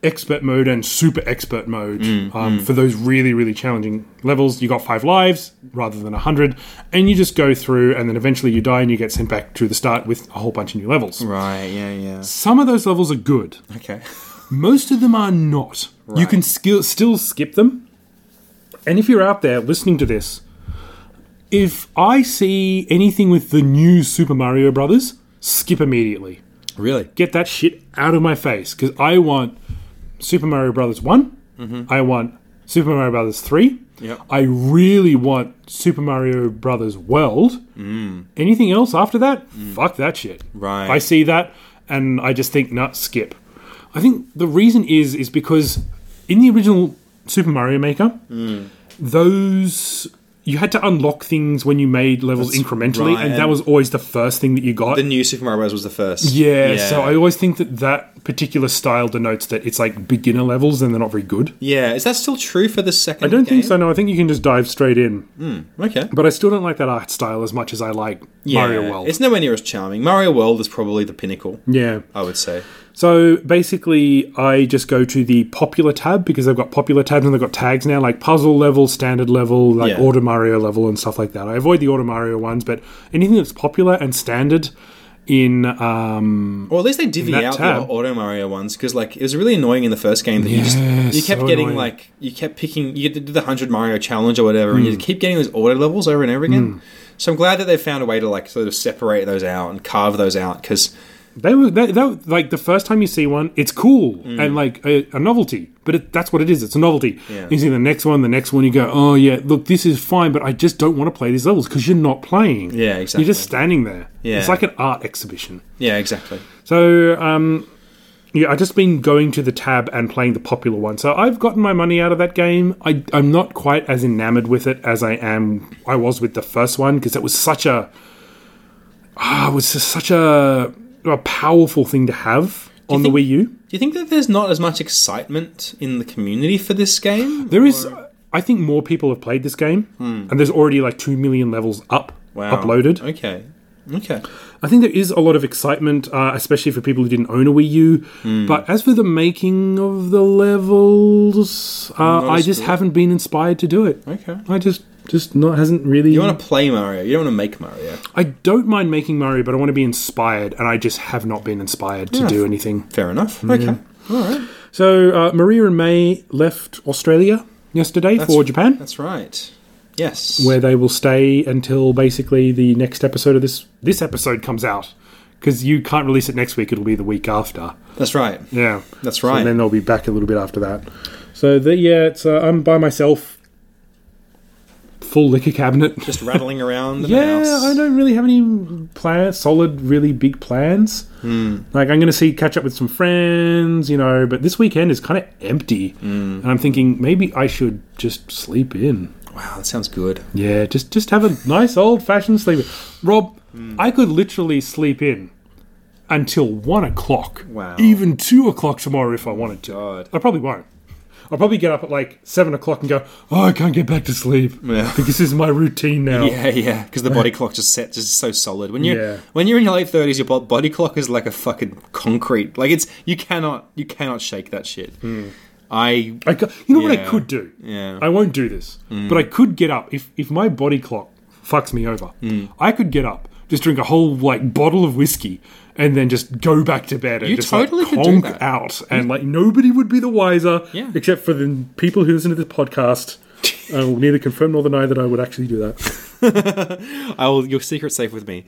[SPEAKER 3] expert mode, and super expert mode um, for those really really challenging levels. You got five lives rather than a hundred, and you just go through, and then eventually you die and you get sent back to the start with a whole bunch of new levels.
[SPEAKER 2] Right, yeah, yeah.
[SPEAKER 3] Some of those levels are good.
[SPEAKER 2] Okay.
[SPEAKER 3] Most of them are not. You can skill, still skip them. And if you're out there listening to this, if I see anything with the new Super Mario Brothers, skip immediately.
[SPEAKER 2] Really?
[SPEAKER 3] Get that shit out of my face because I want Super Mario Brothers one I want Super Mario Brothers three.
[SPEAKER 2] Mm-hmm. Yep.
[SPEAKER 3] I really want Super Mario Brothers World. Anything else after that? Fuck that shit.
[SPEAKER 2] Mm. Right.
[SPEAKER 3] I see that and I just think, nah, skip. I think the reason is is because in the original Super Mario Maker,
[SPEAKER 2] Mm.
[SPEAKER 3] those you had to unlock things when you made levels
[SPEAKER 2] That's
[SPEAKER 3] incrementally,
[SPEAKER 2] right,
[SPEAKER 3] and that
[SPEAKER 2] and-
[SPEAKER 3] was always the first thing that you got.
[SPEAKER 2] The new Super Mario Bros. was the first.
[SPEAKER 3] yeah, so I always think that that particular style denotes that it's like beginner levels and they're not very good.
[SPEAKER 2] Yeah, is that still true for the second
[SPEAKER 3] I don't
[SPEAKER 2] game?
[SPEAKER 3] think so. No, I think you can just dive straight in.
[SPEAKER 2] Okay.
[SPEAKER 3] But I still don't like that art style as much as I like Mario World.
[SPEAKER 2] It's nowhere near as charming. Mario World is probably the pinnacle,
[SPEAKER 3] yeah.
[SPEAKER 2] I would say.
[SPEAKER 3] So basically, I just go to the popular tab because they've got popular tabs and they've got tags now, like puzzle level, standard level, like
[SPEAKER 2] Yeah.
[SPEAKER 3] Auto Mario level, and stuff like that. I avoid the Auto Mario ones, but anything that's popular and standard in um,
[SPEAKER 2] Or at least they divvy
[SPEAKER 3] that
[SPEAKER 2] out
[SPEAKER 3] tab.
[SPEAKER 2] the Auto Mario ones because like it was really annoying in the first game that you just
[SPEAKER 3] Yeah,
[SPEAKER 2] you kept
[SPEAKER 3] so
[SPEAKER 2] getting
[SPEAKER 3] annoying.
[SPEAKER 2] like you kept picking you did the hundred Mario challenge or whatever and you
[SPEAKER 3] Mm.
[SPEAKER 2] keep getting those auto levels over and over again. So I'm glad that they found a way to like sort of separate those out and carve those out because
[SPEAKER 3] they were they, they, were- like the first time you see one, it's cool
[SPEAKER 2] Mm.
[SPEAKER 3] and like a, a novelty. But it, that's what it is. It's a novelty.
[SPEAKER 2] Yeah.
[SPEAKER 3] You see the next one, the next one, you go, oh yeah, look, this is fine, but I just don't want to play these levels because you're not playing.
[SPEAKER 2] Yeah, exactly.
[SPEAKER 3] You're just standing there.
[SPEAKER 2] Yeah.
[SPEAKER 3] It's like an art exhibition.
[SPEAKER 2] yeah, exactly.
[SPEAKER 3] So, um, yeah, I've just been going to the tab and playing the popular one. So I've gotten my money out of that game. I, I'm not quite as enamored with it as I am I was with the first one because it was such a ah, it was just such a a powerful thing to have on the
[SPEAKER 2] think-
[SPEAKER 3] Wii U.
[SPEAKER 2] Do you think that there's not as much excitement in the community for this game?
[SPEAKER 3] There is, I think, more people have played this game,
[SPEAKER 2] Hmm.
[SPEAKER 3] and there's already like two million levels up uploaded.
[SPEAKER 2] Okay. Okay.
[SPEAKER 3] I think there is a lot of excitement, uh, especially for people who didn't own a Wii U.
[SPEAKER 2] Hmm.
[SPEAKER 3] But as for the making of the levels, uh, I
[SPEAKER 2] as
[SPEAKER 3] just
[SPEAKER 2] good.
[SPEAKER 3] haven't been inspired to do it.
[SPEAKER 2] Okay.
[SPEAKER 3] I just just not hasn't really.
[SPEAKER 2] You want to play Mario. You don't want to make Mario.
[SPEAKER 3] I don't mind making Mario, but I want to be inspired, and I just have not been inspired to do anything.
[SPEAKER 2] Fair enough. Okay. All right.
[SPEAKER 3] So uh, Maria and May left Australia yesterday for Japan,
[SPEAKER 2] That's right. Yes.
[SPEAKER 3] where they will stay until basically the next episode of this this episode comes out. Because you can't release it next week; it'll be the week after.
[SPEAKER 2] That's right.
[SPEAKER 3] Yeah,
[SPEAKER 2] That's
[SPEAKER 3] So
[SPEAKER 2] right.
[SPEAKER 3] then they'll be back a little bit after that. So the, yeah, it's uh, I'm by myself, full liquor cabinet.
[SPEAKER 2] Just rattling around. the
[SPEAKER 3] [laughs] Yeah,
[SPEAKER 2] house.
[SPEAKER 3] I don't really have any plans, solid, really big plans.
[SPEAKER 2] Hmm.
[SPEAKER 3] Like I'm going to see catch up with some friends, you know. But this weekend is kind of empty,
[SPEAKER 2] Hmm.
[SPEAKER 3] and I'm thinking maybe I should just sleep in.
[SPEAKER 2] Wow, that sounds good.
[SPEAKER 3] Yeah, just just have a nice old fashioned sleep. Rob,
[SPEAKER 2] Hmm.
[SPEAKER 3] I could literally sleep in until one o'clock.
[SPEAKER 2] Wow.
[SPEAKER 3] Even two o'clock tomorrow if I wanted to.
[SPEAKER 2] God.
[SPEAKER 3] I probably won't. I'll probably get up at like seven o'clock and go, Oh, I can't get back to sleep.
[SPEAKER 2] Yeah.
[SPEAKER 3] Because this is my routine now.
[SPEAKER 2] Yeah, yeah. Because the
[SPEAKER 3] [laughs]
[SPEAKER 2] body clock just sets just so solid. When you're
[SPEAKER 3] Yeah.
[SPEAKER 2] when you're in your late thirties, your bo- body clock is like a fucking concrete. Like it's you cannot you cannot shake that shit.
[SPEAKER 3] Hmm.
[SPEAKER 2] I
[SPEAKER 3] I ca- you know what I
[SPEAKER 2] Yeah.
[SPEAKER 3] could do?
[SPEAKER 2] Yeah. Mm.
[SPEAKER 3] I won't do this. But I could get up if if my body clock fucks me over.
[SPEAKER 2] Mm.
[SPEAKER 3] I could get up, just drink a whole like bottle of whiskey and then just go back to bed and
[SPEAKER 2] You
[SPEAKER 3] just
[SPEAKER 2] totally
[SPEAKER 3] like,
[SPEAKER 2] could do
[SPEAKER 3] conk
[SPEAKER 2] that. Mm.
[SPEAKER 3] out and like nobody would be the wiser
[SPEAKER 2] Yeah.
[SPEAKER 3] except for the people who listen to this
[SPEAKER 2] [laughs]
[SPEAKER 3] podcast. I will neither confirm nor deny that I would actually do that.
[SPEAKER 2] I will your secret safe with me.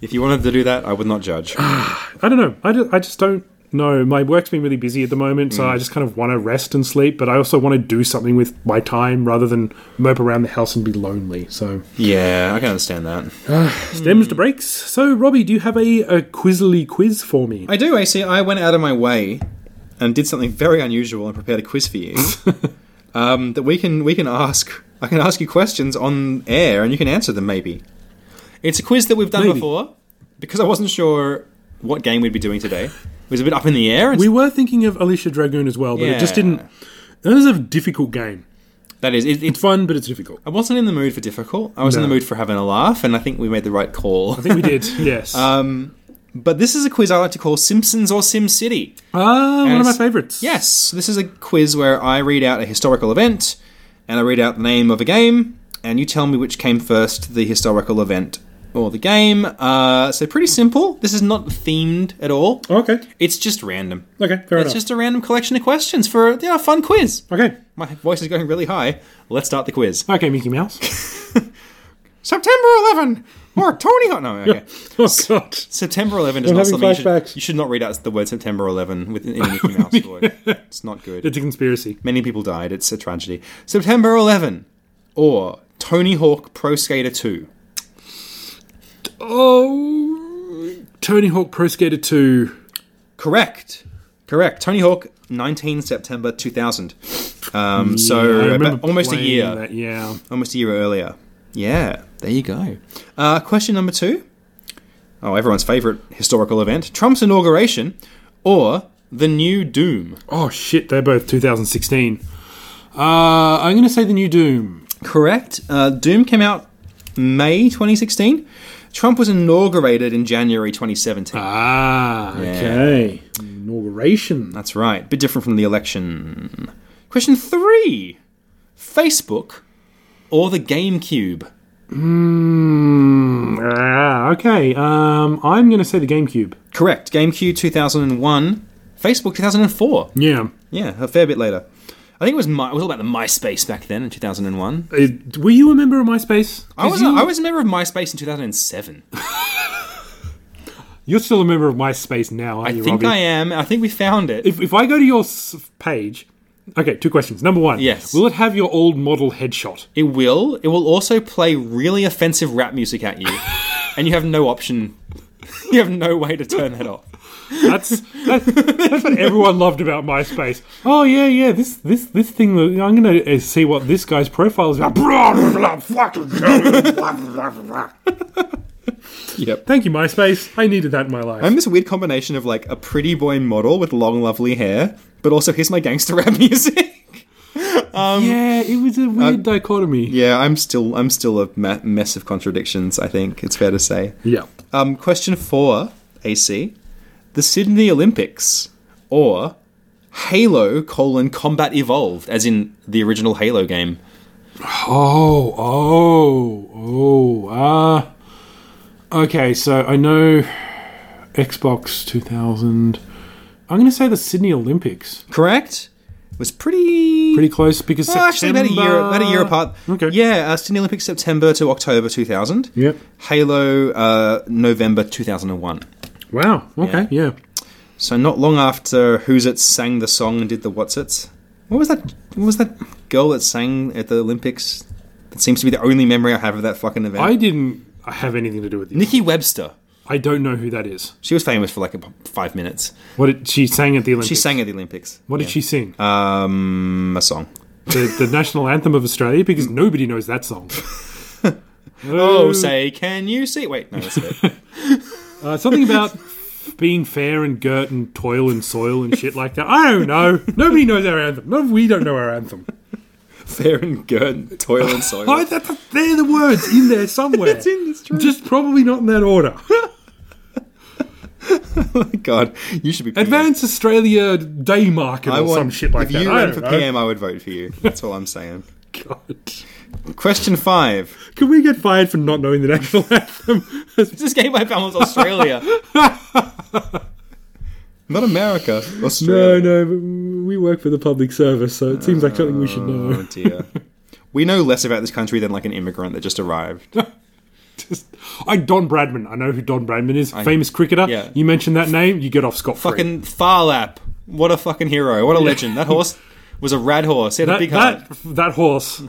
[SPEAKER 2] If you wanted to do that, I would not judge.
[SPEAKER 3] I don't know. I just, I just don't know. My work's been really busy at the moment, so I just kind of want to rest and sleep, but I also want to do something with my time rather than mope around the house and be lonely. So,
[SPEAKER 2] yeah, I can understand that.
[SPEAKER 3] stems to breaks. So, Robbie, do you have a, a quizly quiz for me?
[SPEAKER 2] I do, AC. I went out of my way and did something very unusual and prepared a quiz for [laughs] you. um, that we can we can ask I can ask you questions on air and you can answer them maybe. It's a quiz that we've done
[SPEAKER 3] Maybe.
[SPEAKER 2] before because I wasn't sure what game we'd be doing today. It was a bit up in the air. It's-
[SPEAKER 3] We were thinking of Alicia Dragoon as well, but it just
[SPEAKER 2] Yeah.
[SPEAKER 3] didn't. That is a difficult game.
[SPEAKER 2] that is, it,
[SPEAKER 3] It's fun, but it's difficult.
[SPEAKER 2] I wasn't in the mood for difficult. I was in
[SPEAKER 3] No.
[SPEAKER 2] the mood for having a laugh, and I think we made the right call. [laughs]
[SPEAKER 3] I think we did. [laughs] Yes.
[SPEAKER 2] but this is a quiz I like to call Simpsons or Sim City.
[SPEAKER 3] Ah, one of my
[SPEAKER 2] it's-
[SPEAKER 3] favorites.
[SPEAKER 2] Yes, this is a quiz where I read out a historical event, and I read out the name of a game, and you tell me which came first, the historical event or the game. Uh, so pretty simple. This is not themed at all.
[SPEAKER 3] Okay.
[SPEAKER 2] It's just random.
[SPEAKER 3] Okay. Fair
[SPEAKER 2] It's
[SPEAKER 3] enough.
[SPEAKER 2] just a random collection of questions for you know, a fun quiz.
[SPEAKER 3] okay.
[SPEAKER 2] My voice is going really high. Let's start the quiz.
[SPEAKER 3] Okay, Mickey Mouse.
[SPEAKER 2] September 11, Martoni. No, okay.
[SPEAKER 3] [laughs] oh God. [laughs]
[SPEAKER 2] September 11 is not
[SPEAKER 3] having
[SPEAKER 2] something you should,
[SPEAKER 3] flashbacks.
[SPEAKER 2] you should not read out the word September 11 with in Mickey
[SPEAKER 3] [laughs]
[SPEAKER 2] Mouse voice. It's not good.
[SPEAKER 3] It's a conspiracy.
[SPEAKER 2] Many people died. It's a tragedy. September 11 or Tony Hawk Pro Skater 2.
[SPEAKER 3] Oh, Tony Hawk Pro Skater Two.
[SPEAKER 2] Correct. Correct. Tony Hawk 19 September 2000. Um,
[SPEAKER 3] I
[SPEAKER 2] so
[SPEAKER 3] remember
[SPEAKER 2] about- almost a
[SPEAKER 3] playing
[SPEAKER 2] year.
[SPEAKER 3] That, yeah.
[SPEAKER 2] Almost a year earlier. Yeah. There you go. Uh, question number 2. Oh, everyone's favorite historical event, Trump's inauguration or the new doom.
[SPEAKER 3] Oh shit, they're both 2016. Uh, I'm gonna say the new Doom.
[SPEAKER 2] Correct. Uh, Doom came out May 2016. Trump was inaugurated in January 2017.
[SPEAKER 3] Ah, okay. Inauguration.
[SPEAKER 2] That's right. Bit different from the election. Question three Facebook or the GameCube?
[SPEAKER 3] Mm, ah, okay. Um, I'm gonna say the GameCube.
[SPEAKER 2] Correct. GameCube 2001. Facebook 2004.
[SPEAKER 3] Yeah.
[SPEAKER 2] Yeah, a fair bit later. I think it was my, it was all about the MySpace back then in 2001.
[SPEAKER 3] It- Uh, were you a member of MySpace?
[SPEAKER 2] I was,
[SPEAKER 3] You,
[SPEAKER 2] I was a member of MySpace in 2007.
[SPEAKER 3] You're still a member of MySpace now, aren't
[SPEAKER 2] I
[SPEAKER 3] you,
[SPEAKER 2] think
[SPEAKER 3] Robbie?
[SPEAKER 2] I am. I think we found it.
[SPEAKER 3] if, if I go to your s- page, okay, two questions. Number one,
[SPEAKER 2] Yes.
[SPEAKER 3] will it have your old model headshot?
[SPEAKER 2] It will. It will also play really offensive rap music at
[SPEAKER 3] [laughs]
[SPEAKER 2] you, and you have no option. You have no way to turn that off.
[SPEAKER 3] That's that, that's what everyone loved about MySpace. Oh yeah, yeah. This this this thing. I'm gonna uh, see what this guy's profile is about. Blah, blah, blah, fucking blah, blah, blah.
[SPEAKER 2] Yep.
[SPEAKER 3] Thank you, MySpace. I needed that in my life.
[SPEAKER 2] I'm this weird combination of like a pretty boy model with long, lovely hair, but also here's my gangster [laughs] rap music. Um,
[SPEAKER 3] yeah, it was a weird
[SPEAKER 2] uh,
[SPEAKER 3] dichotomy.
[SPEAKER 2] Yeah, I'm still I'm still a ma- mess of contradictions. I think it's fair to say.
[SPEAKER 3] yeah.
[SPEAKER 2] Um, question four, AC, the Sydney Olympics or Halo colon Combat Evolved, as in the original Halo game.
[SPEAKER 3] Oh, oh, oh. Ah. okay, so I know Xbox 2000. I'm going to say the Sydney Olympics.
[SPEAKER 2] Correct. Was pretty
[SPEAKER 3] Pretty close because
[SPEAKER 2] Oh, actually, about a year,
[SPEAKER 3] September-
[SPEAKER 2] about a year apart.
[SPEAKER 3] Okay.
[SPEAKER 2] Yeah, uh, Sydney Olympics September to October 2000.
[SPEAKER 3] Yep.
[SPEAKER 2] Halo uh, November 2001.
[SPEAKER 3] Wow. Okay. Yeah.
[SPEAKER 2] So not long after Who's It sang the song and did the What's It. What was that? What was that girl that sang at the Olympics? That seems to be the only memory I have of that fucking event.
[SPEAKER 3] I didn't have anything to do with this.
[SPEAKER 2] Nikki Webster.
[SPEAKER 3] I don't know who that is.
[SPEAKER 2] She was famous for like ab- five minutes.
[SPEAKER 3] What did she sang at the Olympics?
[SPEAKER 2] She sang Uh. at the Olympics.
[SPEAKER 3] What did she sing?
[SPEAKER 2] Um, a song.
[SPEAKER 3] the, the national anthem of Australia because nobody knows
[SPEAKER 2] [laughs]
[SPEAKER 3] that song.
[SPEAKER 2] Hmm. Oh, say, can you see? Wait, no, that's it.
[SPEAKER 3] Uh, something about being fair and girt and toil and soil and shit like that. I don't know. Nobody knows our anthem. No, we don't know our anthem.
[SPEAKER 2] [laughs] Fair and good, toil and soil. [laughs]
[SPEAKER 3] Oh, that, that- they're the words in there somewhere.
[SPEAKER 2] It's in- it's true.
[SPEAKER 3] Just probably not in that order.
[SPEAKER 2] God, you should be. PM.
[SPEAKER 3] Advance Australia Day Market or some shit like
[SPEAKER 2] if
[SPEAKER 3] that.
[SPEAKER 2] you
[SPEAKER 3] I
[SPEAKER 2] ran
[SPEAKER 3] don't
[SPEAKER 2] for
[SPEAKER 3] know.
[SPEAKER 2] PM, I would vote for you. That's all I'm saying.
[SPEAKER 3] God.
[SPEAKER 2] Question five.
[SPEAKER 3] Can we get fired for not knowing the national [laughs] anthem?
[SPEAKER 2] Is [laughs] this game by Balance Australia? [laughs] Not America,
[SPEAKER 3] no,
[SPEAKER 2] Australia.
[SPEAKER 3] no. but We work for the public service, so it seems like something we should
[SPEAKER 2] Oh
[SPEAKER 3] know.
[SPEAKER 2] dear. We know less about this country than like an immigrant that just arrived.
[SPEAKER 3] Just, I Don Bradman. I know who Don Bradman is. Famous cricketer.
[SPEAKER 2] yeah.
[SPEAKER 3] You mention that name, you get off scot
[SPEAKER 2] [laughs]
[SPEAKER 3] free.
[SPEAKER 2] fucking Farlap. What a fucking hero. What a legend. That horse was a rad horse. He had a
[SPEAKER 3] that,
[SPEAKER 2] big heart.
[SPEAKER 3] that, that horse,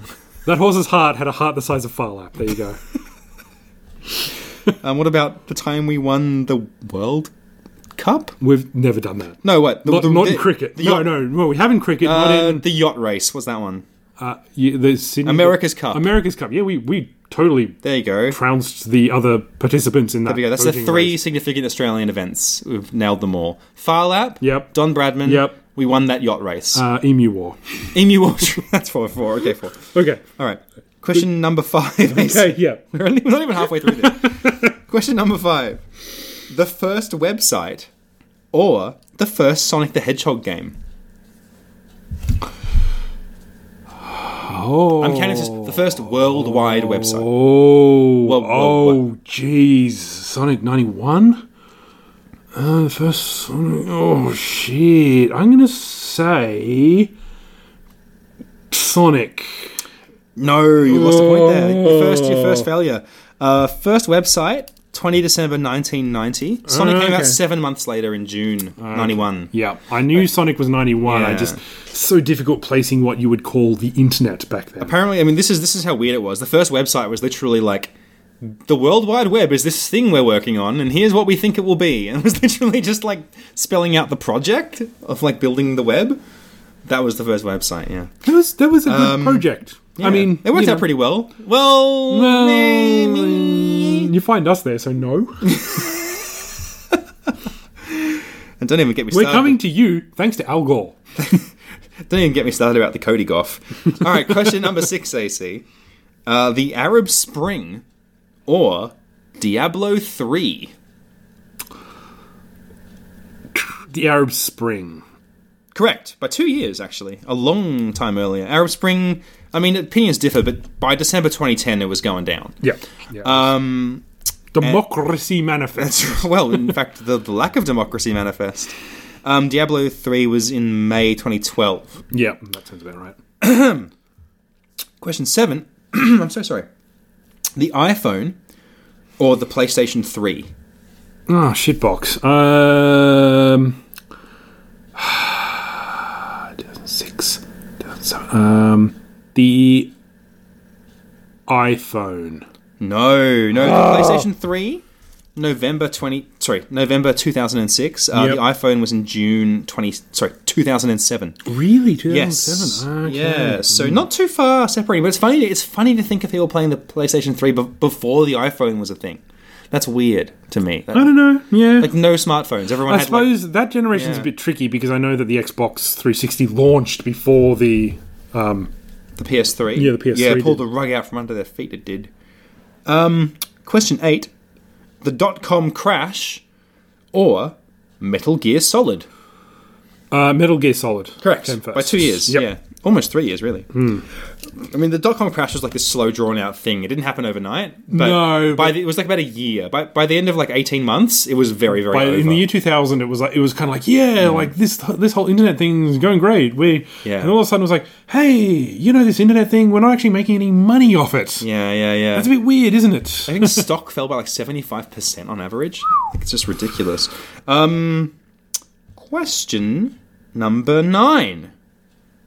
[SPEAKER 3] that horse's heart had a heart the size of Farlap. There you
[SPEAKER 2] [laughs]
[SPEAKER 3] go.
[SPEAKER 2] Um, what about the time we won the World Cup?
[SPEAKER 3] We've never done that.
[SPEAKER 2] No, what? The,
[SPEAKER 3] Not,
[SPEAKER 2] the-
[SPEAKER 3] not in
[SPEAKER 2] the-
[SPEAKER 3] cricket.
[SPEAKER 2] The
[SPEAKER 3] no,
[SPEAKER 2] yacht,
[SPEAKER 3] no, no. We have in cricket.
[SPEAKER 2] uh,
[SPEAKER 3] not in.
[SPEAKER 2] the yacht race. What's that one?
[SPEAKER 3] uh, you, the Sydney,
[SPEAKER 2] America's Cup.
[SPEAKER 3] America's Cup. Yeah, we we totally
[SPEAKER 2] There you go.
[SPEAKER 3] trounced the other participants in that.
[SPEAKER 2] There we go. That's the
[SPEAKER 3] voting
[SPEAKER 2] three
[SPEAKER 3] race.
[SPEAKER 2] significant Australian events. We've nailed them all. Farlap.
[SPEAKER 3] Yep.
[SPEAKER 2] Don Bradman.
[SPEAKER 3] Yep.
[SPEAKER 2] We won that yacht race.
[SPEAKER 3] Uh, Emu War.
[SPEAKER 2] Emu Walsh. [laughs] That's four, four. Okay, four.
[SPEAKER 3] Okay.
[SPEAKER 2] All right. Question number five.
[SPEAKER 3] Okay. Yeah.
[SPEAKER 2] [laughs] We're only- we're not even halfway through this.
[SPEAKER 3] [laughs]
[SPEAKER 2] Question number five. The first website or the first Sonic the Hedgehog game?
[SPEAKER 3] Oh.
[SPEAKER 2] I'm counting this as the first worldwide website.
[SPEAKER 3] Oh,
[SPEAKER 2] Well, well,
[SPEAKER 3] oh, jeez, Sonic '91. Uh, the first Sonic. Oh shit! I'm gonna say Sonic.
[SPEAKER 2] No, you lost a point there. Your first, your first failure. Uh, first website, 20 December 1990. Sonic came
[SPEAKER 3] Oh, okay.
[SPEAKER 2] out seven months later in June 91.
[SPEAKER 3] Yeah, I knew Sonic was '91. I
[SPEAKER 2] Yeah.
[SPEAKER 3] just so difficult placing what you would call the internet back then.
[SPEAKER 2] apparently i mean this is this is how weird it was the first website was literally like the world wide web is this thing we're working on and here's what we think it will be [laughs] and it was literally just like spelling out the project of like building the web that was the first website yeah,
[SPEAKER 3] That was that was a good project. I mean,
[SPEAKER 2] Um, it worked
[SPEAKER 3] you
[SPEAKER 2] out
[SPEAKER 3] know,
[SPEAKER 2] pretty well well,
[SPEAKER 3] well,
[SPEAKER 2] maybe.
[SPEAKER 3] You find us there,
[SPEAKER 2] [laughs]
[SPEAKER 3] so no.
[SPEAKER 2] and don't even get me
[SPEAKER 3] We're
[SPEAKER 2] started
[SPEAKER 3] coming to you thanks to Al Gore.
[SPEAKER 2] don't even get me started about the cody
[SPEAKER 3] [laughs]
[SPEAKER 2] goff all right question number six ac uh, the arab spring or diablo 3
[SPEAKER 3] The Arab Spring.
[SPEAKER 2] Correct, by two years actually, a long time earlier. Arab Spring. I mean, opinions differ, but by December 2010, it was going down. [laughs]
[SPEAKER 3] Yeah. Um, Democracy Manifest.
[SPEAKER 2] well, in fact, the, the lack of democracy manifest. Um, Diablo 3 was in May 2012.
[SPEAKER 3] Yeah, that sounds about right.
[SPEAKER 2] Question seven. [clears throat] I'm so sorry. The iPhone or the PlayStation 3?
[SPEAKER 3] Oh, shitbox. Um, [sighs] 2006, 2007. Um, the iPhone.
[SPEAKER 2] No, no, the PlayStation 3. November 20 sorry November 2006 uh,
[SPEAKER 3] Yep.
[SPEAKER 2] the iPhone was in June 20 sorry 2007
[SPEAKER 3] Really? 2007?
[SPEAKER 2] Yes.
[SPEAKER 3] Ah,
[SPEAKER 2] Yeah. So
[SPEAKER 3] Mm.
[SPEAKER 2] not too far separating, but it's funny. It's funny to think of people playing the PlayStation Three be- before the iPhone was a thing. That's weird to me.
[SPEAKER 3] I don't know. Yeah.
[SPEAKER 2] like no smartphones. Everyone
[SPEAKER 3] I
[SPEAKER 2] had like,
[SPEAKER 3] suppose that generation's
[SPEAKER 2] Yeah.
[SPEAKER 3] a bit tricky because I know that the Xbox 360 launched before the.
[SPEAKER 2] the PS3.
[SPEAKER 3] Yeah, the PS3
[SPEAKER 2] Yeah, pulled the
[SPEAKER 3] did.
[SPEAKER 2] rug out from under their feet. It did. Um, question eight: the dot com crash or Metal Gear Solid?
[SPEAKER 3] Uh, Metal Gear Solid. Came first.
[SPEAKER 2] By two years.
[SPEAKER 3] Yep. Hmm.
[SPEAKER 2] Yeah. Almost three years, really. I mean, the dot com crash was like this slow, drawn out thing. It didn't happen overnight. But
[SPEAKER 3] No,
[SPEAKER 2] By
[SPEAKER 3] but-
[SPEAKER 2] the, it was like about a year. By, by the end of like 18 months, it was very, very
[SPEAKER 3] By,
[SPEAKER 2] over.
[SPEAKER 3] in the year 2000, it was like it was kind of like yeah, like this this whole internet thing is going great. We
[SPEAKER 2] Yeah.
[SPEAKER 3] and all of a sudden it was like, hey, you know this internet thing? We're not actually making any money off it.
[SPEAKER 2] yeah, yeah, yeah.
[SPEAKER 3] That's a bit weird, isn't it?
[SPEAKER 2] I think stock fell by like 75% on average. It's just ridiculous. Um, question number nine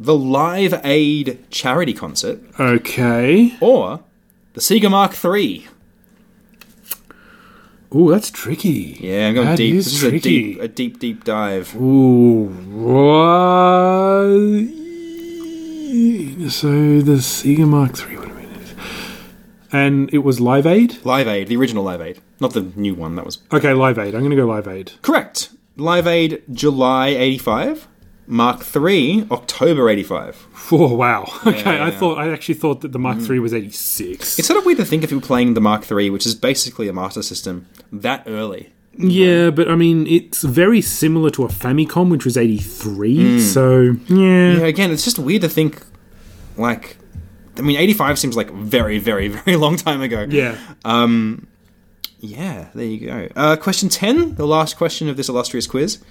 [SPEAKER 2] The Live Aid charity concert
[SPEAKER 3] Okay.
[SPEAKER 2] or the Sega Mark III?
[SPEAKER 3] Ooh, that's tricky.
[SPEAKER 2] Yeah, I'm going
[SPEAKER 3] That
[SPEAKER 2] deep. This
[SPEAKER 3] is tricky.
[SPEAKER 2] is a deep, a deep, deep dive.
[SPEAKER 3] Ooh, what? So the Sega Mark III would have been it. And it was Live Aid?
[SPEAKER 2] Live Aid, the original Live Aid, not the new one that was.
[SPEAKER 3] Okay, Live Aid. I'm going to go Live Aid.
[SPEAKER 2] Correct. Live Aid, July 85. Mark 3, October 85.
[SPEAKER 3] Oh, wow. [laughs] Okay, I
[SPEAKER 2] yeah. Mm-hmm.
[SPEAKER 3] thought I actually thought that the Mark III was 86.
[SPEAKER 2] It's sort of weird to think of people playing the Mark 3, which is basically a Master System, that early.
[SPEAKER 3] yeah, but I mean, it's very similar to a Famicom, which was 83. So, yeah.
[SPEAKER 2] Mm. Yeah, again, it's just weird to think, like, I mean, 85 seems like very, very, [laughs] very long time ago.
[SPEAKER 3] Yeah.
[SPEAKER 2] Yeah, there you go. Uh, question 10, the last question of this illustrious quiz.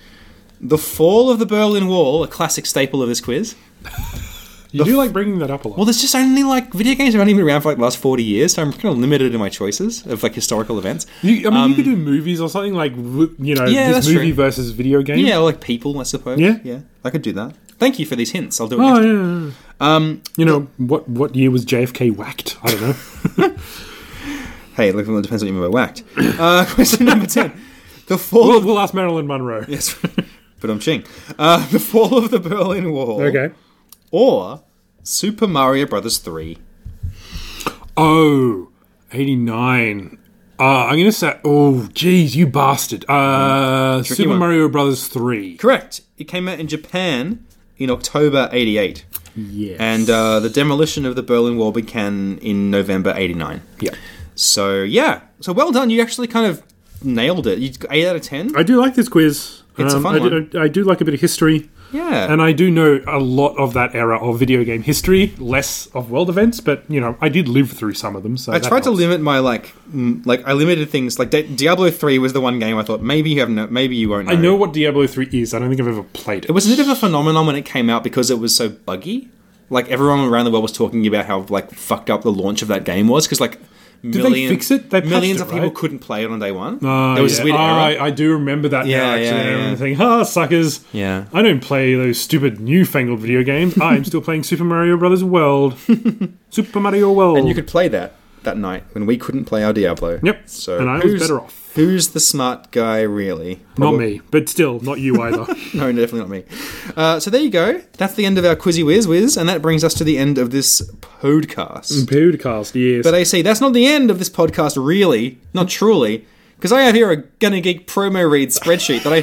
[SPEAKER 2] The fall of the Berlin Wall, a classic staple of this quiz.
[SPEAKER 3] You do like bringing that up a lot.
[SPEAKER 2] Well, there's just only like video games have only been around for like the last forty years, so I'm kind of limited in my choices of like historical events.
[SPEAKER 3] you, I mean, you could do movies or something like, w- you know,
[SPEAKER 2] um, Yeah,
[SPEAKER 3] this
[SPEAKER 2] that's
[SPEAKER 3] movie
[SPEAKER 2] true.
[SPEAKER 3] versus video game.
[SPEAKER 2] Yeah, or like people, I suppose.
[SPEAKER 3] Yeah.
[SPEAKER 2] yeah, I could do that. Thank you for these hints. I'll do it.
[SPEAKER 3] Oh,
[SPEAKER 2] next
[SPEAKER 3] yeah. yeah, yeah.
[SPEAKER 2] Um,
[SPEAKER 3] you know, what, what year was JFK whacked? I
[SPEAKER 2] [laughs]
[SPEAKER 3] don't know.
[SPEAKER 2] time. Hey, look, well, it depends what you mean by whacked. Uh, [laughs] question number ten: The fall.
[SPEAKER 3] We'll,
[SPEAKER 2] of
[SPEAKER 3] we'll ask Marilyn Monroe.
[SPEAKER 2] [laughs] yes, but I'm ching. Uh, the fall of the Berlin Wall.
[SPEAKER 3] Okay.
[SPEAKER 2] Or Super Mario Brothers 3.
[SPEAKER 3] Oh, 89. Uh, I'm going to say, oh, geez, you bastard. Uh, Super
[SPEAKER 2] Mm. one.
[SPEAKER 3] Mario Brothers 3.
[SPEAKER 2] Correct. It came out in Japan in October 88.
[SPEAKER 3] Yes.
[SPEAKER 2] And uh, the demolition of the Berlin Wall began in November 89.
[SPEAKER 3] yeah.
[SPEAKER 2] So, yeah. So, well done. You actually kind of nailed it. You 8 out of 10?
[SPEAKER 3] I do like this quiz. Um,
[SPEAKER 2] It's a fun
[SPEAKER 3] I, Do, I do like a bit of history.
[SPEAKER 2] Yeah.
[SPEAKER 3] And I do know a lot of that era of video game history, less of world events, but you know, I did live through some of them. So
[SPEAKER 2] I tried to limit my like, mm, like I limited things. Like Di- Diablo three was the one game I thought maybe you have no, maybe you won't. Know.
[SPEAKER 3] I know what Diablo three is. I don't think I've ever played it.
[SPEAKER 2] it was a bit of a phenomenon when it came out because it was so buggy. Like everyone around the world was talking about how like fucked up the launch of that game was because like
[SPEAKER 3] they fix it? They patched
[SPEAKER 2] millions
[SPEAKER 3] it,
[SPEAKER 2] of people
[SPEAKER 3] right?
[SPEAKER 2] couldn't play it on day one.
[SPEAKER 3] Ah,
[SPEAKER 2] there was
[SPEAKER 3] yeah.
[SPEAKER 2] this weird
[SPEAKER 3] Ah,
[SPEAKER 2] error.
[SPEAKER 3] I, I do remember that.
[SPEAKER 2] Yeah,
[SPEAKER 3] now, actually,
[SPEAKER 2] yeah,
[SPEAKER 3] and
[SPEAKER 2] yeah.
[SPEAKER 3] I think, ah, suckers.
[SPEAKER 2] Yeah.
[SPEAKER 3] I don't play those stupid newfangled video games. I'm still playing Super Mario
[SPEAKER 2] [laughs]
[SPEAKER 3] Brothers World. Super Mario World.
[SPEAKER 2] and you could play that that night when we couldn't play our Diablo.
[SPEAKER 3] Yep.
[SPEAKER 2] So
[SPEAKER 3] And I was
[SPEAKER 2] who's,
[SPEAKER 3] better off.
[SPEAKER 2] Who's the smart guy really?
[SPEAKER 3] not
[SPEAKER 2] Probably-
[SPEAKER 3] me, but still not you either.
[SPEAKER 2] [laughs] No, definitely not me. Uh, so there you go. That's the end of our Quizzy Whiz Whiz, and that brings us to the end of this
[SPEAKER 3] Mm.
[SPEAKER 2] podcast.
[SPEAKER 3] Podcast, yes.
[SPEAKER 2] But AC, that's not the end of this podcast, really, not truly, because I have here a Gunna Geek promo read spreadsheet that I,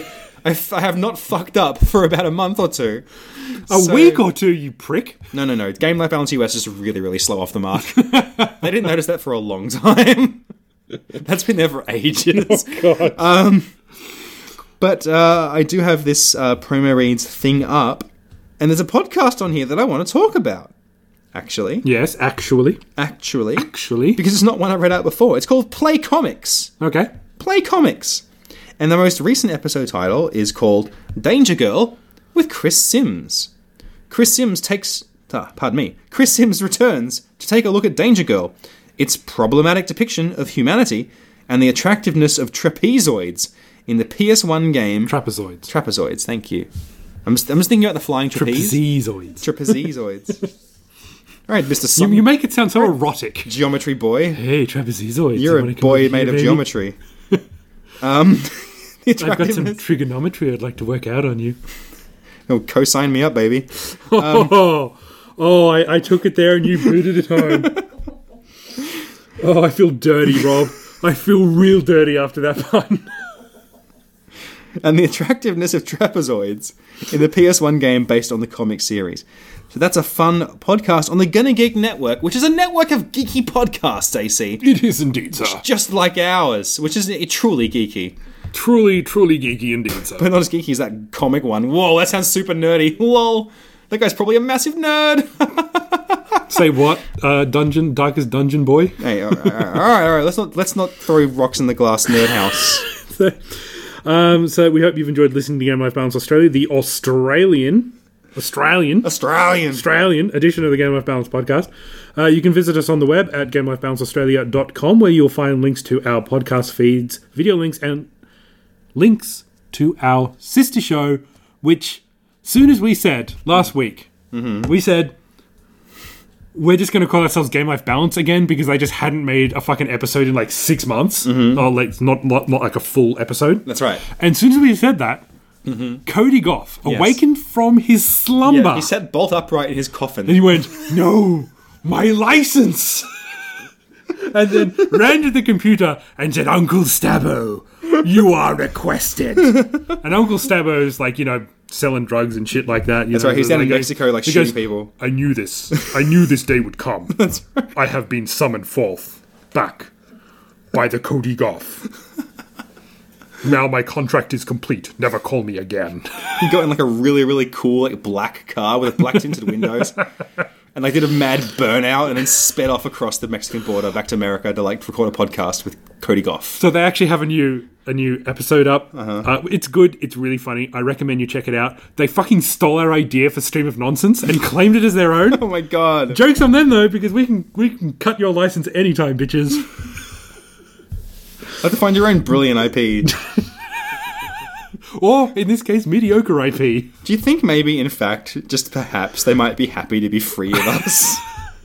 [SPEAKER 2] I, f- I have not fucked up for about a month or two.
[SPEAKER 3] a
[SPEAKER 2] so-
[SPEAKER 3] week or two, you prick.
[SPEAKER 2] No, no, no. Game Life Balance US is really, really slow off the mark. [laughs] they didn't notice that for a long time. [laughs] That's been there for ages. Um,
[SPEAKER 3] God.
[SPEAKER 2] But uh, I do have this uh, promo reads thing up, and there's a podcast on here that I want to talk about. Actually,
[SPEAKER 3] yes, actually.
[SPEAKER 2] actually,
[SPEAKER 3] Actually.
[SPEAKER 2] because it's not one I read out before. It's called Play Comics.
[SPEAKER 3] Okay.
[SPEAKER 2] Play Comics, and the most recent episode title is called Danger Girl with Chris Sims. Chris Sims takes, ah, pardon me, Chris Sims returns to take a look at Danger Girl, its problematic depiction of humanity, and the attractiveness of trapezoids in the PS1 game
[SPEAKER 3] Trapezoids.
[SPEAKER 2] Trapezoids, thank you. I'm just, I'm just thinking about the flying trapeze.
[SPEAKER 3] Trapezoids. [laughs]
[SPEAKER 2] Trapezoids. All right, Mr.
[SPEAKER 3] You,
[SPEAKER 2] Song,
[SPEAKER 3] you make it sound so erotic.
[SPEAKER 2] Geometry Boy.
[SPEAKER 3] Hey, trapezoids.
[SPEAKER 2] You're
[SPEAKER 3] wanna
[SPEAKER 2] a
[SPEAKER 3] come over
[SPEAKER 2] boy
[SPEAKER 3] here,
[SPEAKER 2] made of
[SPEAKER 3] baby? [laughs]
[SPEAKER 2] geometry. Um, [laughs] the
[SPEAKER 3] I've got some
[SPEAKER 2] attractiveness.
[SPEAKER 3] trigonometry I'd like to work out on you.
[SPEAKER 2] Oh, co-sign me up, baby.
[SPEAKER 3] [laughs] oh, oh I, I took it there and you booted it [laughs] home. oh, I feel dirty, Rob. I feel real dirty after that pun.
[SPEAKER 2] And the attractiveness of trapezoids in the PS1 game based on the comic series. So that's a fun podcast on the Gunna Geek Network, which is a network of geeky podcasts, AC.
[SPEAKER 3] [laughs] It is indeed, sir.
[SPEAKER 2] Just like ours, which is truly geeky.
[SPEAKER 3] Truly, truly geeky indeed, sir.
[SPEAKER 2] But not as geeky as that comic one. Whoa, that sounds super nerdy. Lol. That guy's probably a massive nerd. [laughs]
[SPEAKER 3] Say what? Uh, dungeon, darkest dungeon boy.
[SPEAKER 2] hey, all right, all right, all right, all right. Let's not let's not throw rocks in the glass nerd house.
[SPEAKER 3] So, um, so we hope you've enjoyed listening to Game Life Balance Australia, the Australian, Australian,
[SPEAKER 2] Australian.
[SPEAKER 3] Australian edition of the Game Life Balance podcast. Uh, you can visit us on the web at gamelifebalanceaustralia.com, where you'll find links to our podcast feeds, video links, and links to our sister show, which, soon as we said last week, we said we're just going to call ourselves Game Life Balance again because I just hadn't made a fucking episode in like six months.
[SPEAKER 2] Mm-hmm.
[SPEAKER 3] Oh, like not, not not like a full episode.
[SPEAKER 2] That's right.
[SPEAKER 3] And as soon as we said that, Cody Goff awakened from his slumber.
[SPEAKER 2] Mm-hmm. Yeah, he sat bolt upright in his
[SPEAKER 3] And
[SPEAKER 2] coffin.
[SPEAKER 3] he went, No,
[SPEAKER 2] [laughs]
[SPEAKER 3] my license. and then ran to the computer and said, Uncle Stabbo, you are
[SPEAKER 2] [laughs]
[SPEAKER 3] requested. and Uncle Stabbo's like, you know, selling drugs and shit like that. That's
[SPEAKER 2] right, he's down in Mexico, like, shooting people.
[SPEAKER 3] I knew this. I knew this day would
[SPEAKER 2] [laughs]
[SPEAKER 3] come. That's right. I have been summoned forth back by the Cody
[SPEAKER 2] [laughs]
[SPEAKER 3] Goff. now my contract is complete. Never call me again.
[SPEAKER 2] He [laughs] got in like a really really cool like black car with black tinted windows. And like did a mad burnout and then sped off across the Mexican border back to America to like record a podcast with Cody Goff.
[SPEAKER 3] So they actually have a new a new episode up.
[SPEAKER 2] Uh-huh.
[SPEAKER 3] Uh, it's good. It's really funny. I recommend you check it out. They fucking stole our idea for Stream of Nonsense and claimed it as their
[SPEAKER 2] Oh [laughs]
[SPEAKER 3] own.
[SPEAKER 2] my god.
[SPEAKER 3] Jokes on them though, because we can we can cut your license anytime, bitches.
[SPEAKER 2] have to find your own brilliant IP.
[SPEAKER 3] Or in this case, mediocre IP.
[SPEAKER 2] Do you think maybe, in fact, just perhaps, they might be happy to be free of us?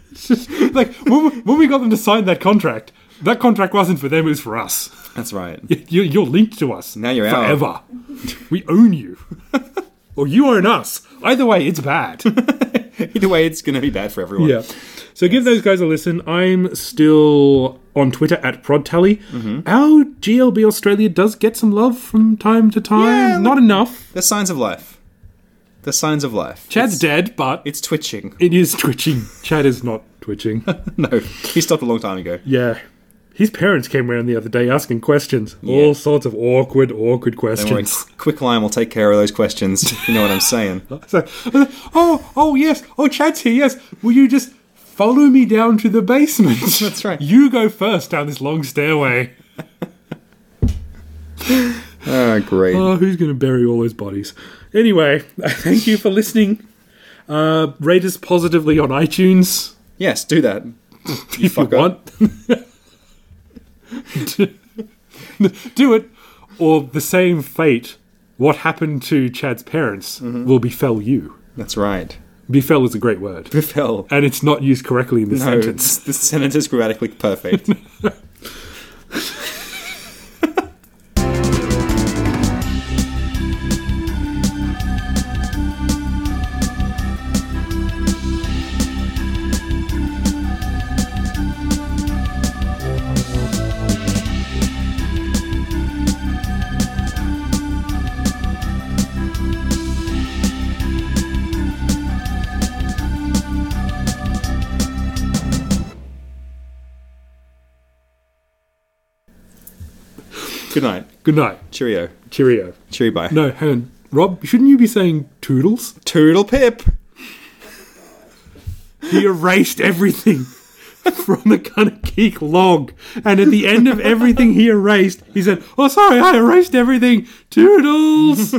[SPEAKER 3] [laughs] like when we, when we got them to sign that contract, that contract wasn't for them. It was for us. [laughs]
[SPEAKER 2] That's right. [laughs]
[SPEAKER 3] You're, you're linked to us.
[SPEAKER 2] Now you're out.
[SPEAKER 3] forever. [laughs] We own you, or you own us. Either way, it's bad.
[SPEAKER 2] Either way, it's going to be bad for everyone.
[SPEAKER 3] Yeah. So give those guys a listen. I'm still on Twitter at ProdTally.
[SPEAKER 2] Mm-hmm.
[SPEAKER 3] Our GLB Australia does get some love from time to time.
[SPEAKER 2] Yeah,
[SPEAKER 3] Not enough.
[SPEAKER 2] The signs of life. The signs of life.
[SPEAKER 3] Chad's dead, but
[SPEAKER 2] It's twitching. [laughs]
[SPEAKER 3] it is twitching. Chad is not twitching.
[SPEAKER 2] No, he stopped a long time ago.
[SPEAKER 3] yeah. His parents came round the other day asking questions. All sorts of awkward, awkward
[SPEAKER 2] Don't worry, [laughs]
[SPEAKER 3] questions.
[SPEAKER 2] Quick Lime will take care of those questions. if You know what I'm saying?
[SPEAKER 3] So, oh, oh, yes. Oh, Chad's here. Yes. Will you just follow me down to the basement?
[SPEAKER 2] [laughs] That's right.
[SPEAKER 3] You go first down this long stairway.
[SPEAKER 2] Oh, great.
[SPEAKER 3] Oh, who's going to bury all those bodies? Anyway, [laughs] thank you for listening. Uh, rate us positively on iTunes
[SPEAKER 2] Yes, do that.
[SPEAKER 3] if you
[SPEAKER 2] fucker.
[SPEAKER 3] want. [laughs] Do it, or the same fate. What happened to Chad's parents
[SPEAKER 2] Mm-hmm.
[SPEAKER 3] will befell you.
[SPEAKER 2] That's right.
[SPEAKER 3] Befell is a great word,
[SPEAKER 2] Befell.
[SPEAKER 3] and it's not used correctly in this
[SPEAKER 2] No,
[SPEAKER 3] sentence.
[SPEAKER 2] this, this sentence is grammatically
[SPEAKER 3] [laughs]
[SPEAKER 2] perfect. Good night.
[SPEAKER 3] Good night.
[SPEAKER 2] Cheerio.
[SPEAKER 3] Cheerio.
[SPEAKER 2] Cheerio bye.
[SPEAKER 3] No, hang on. Rob, shouldn't you be saying toodles?
[SPEAKER 2] Toodle pip.
[SPEAKER 3] he erased everything [laughs] from the kind of geek log. And at the end of everything he erased, he said, Oh, sorry, I erased everything. Toodles.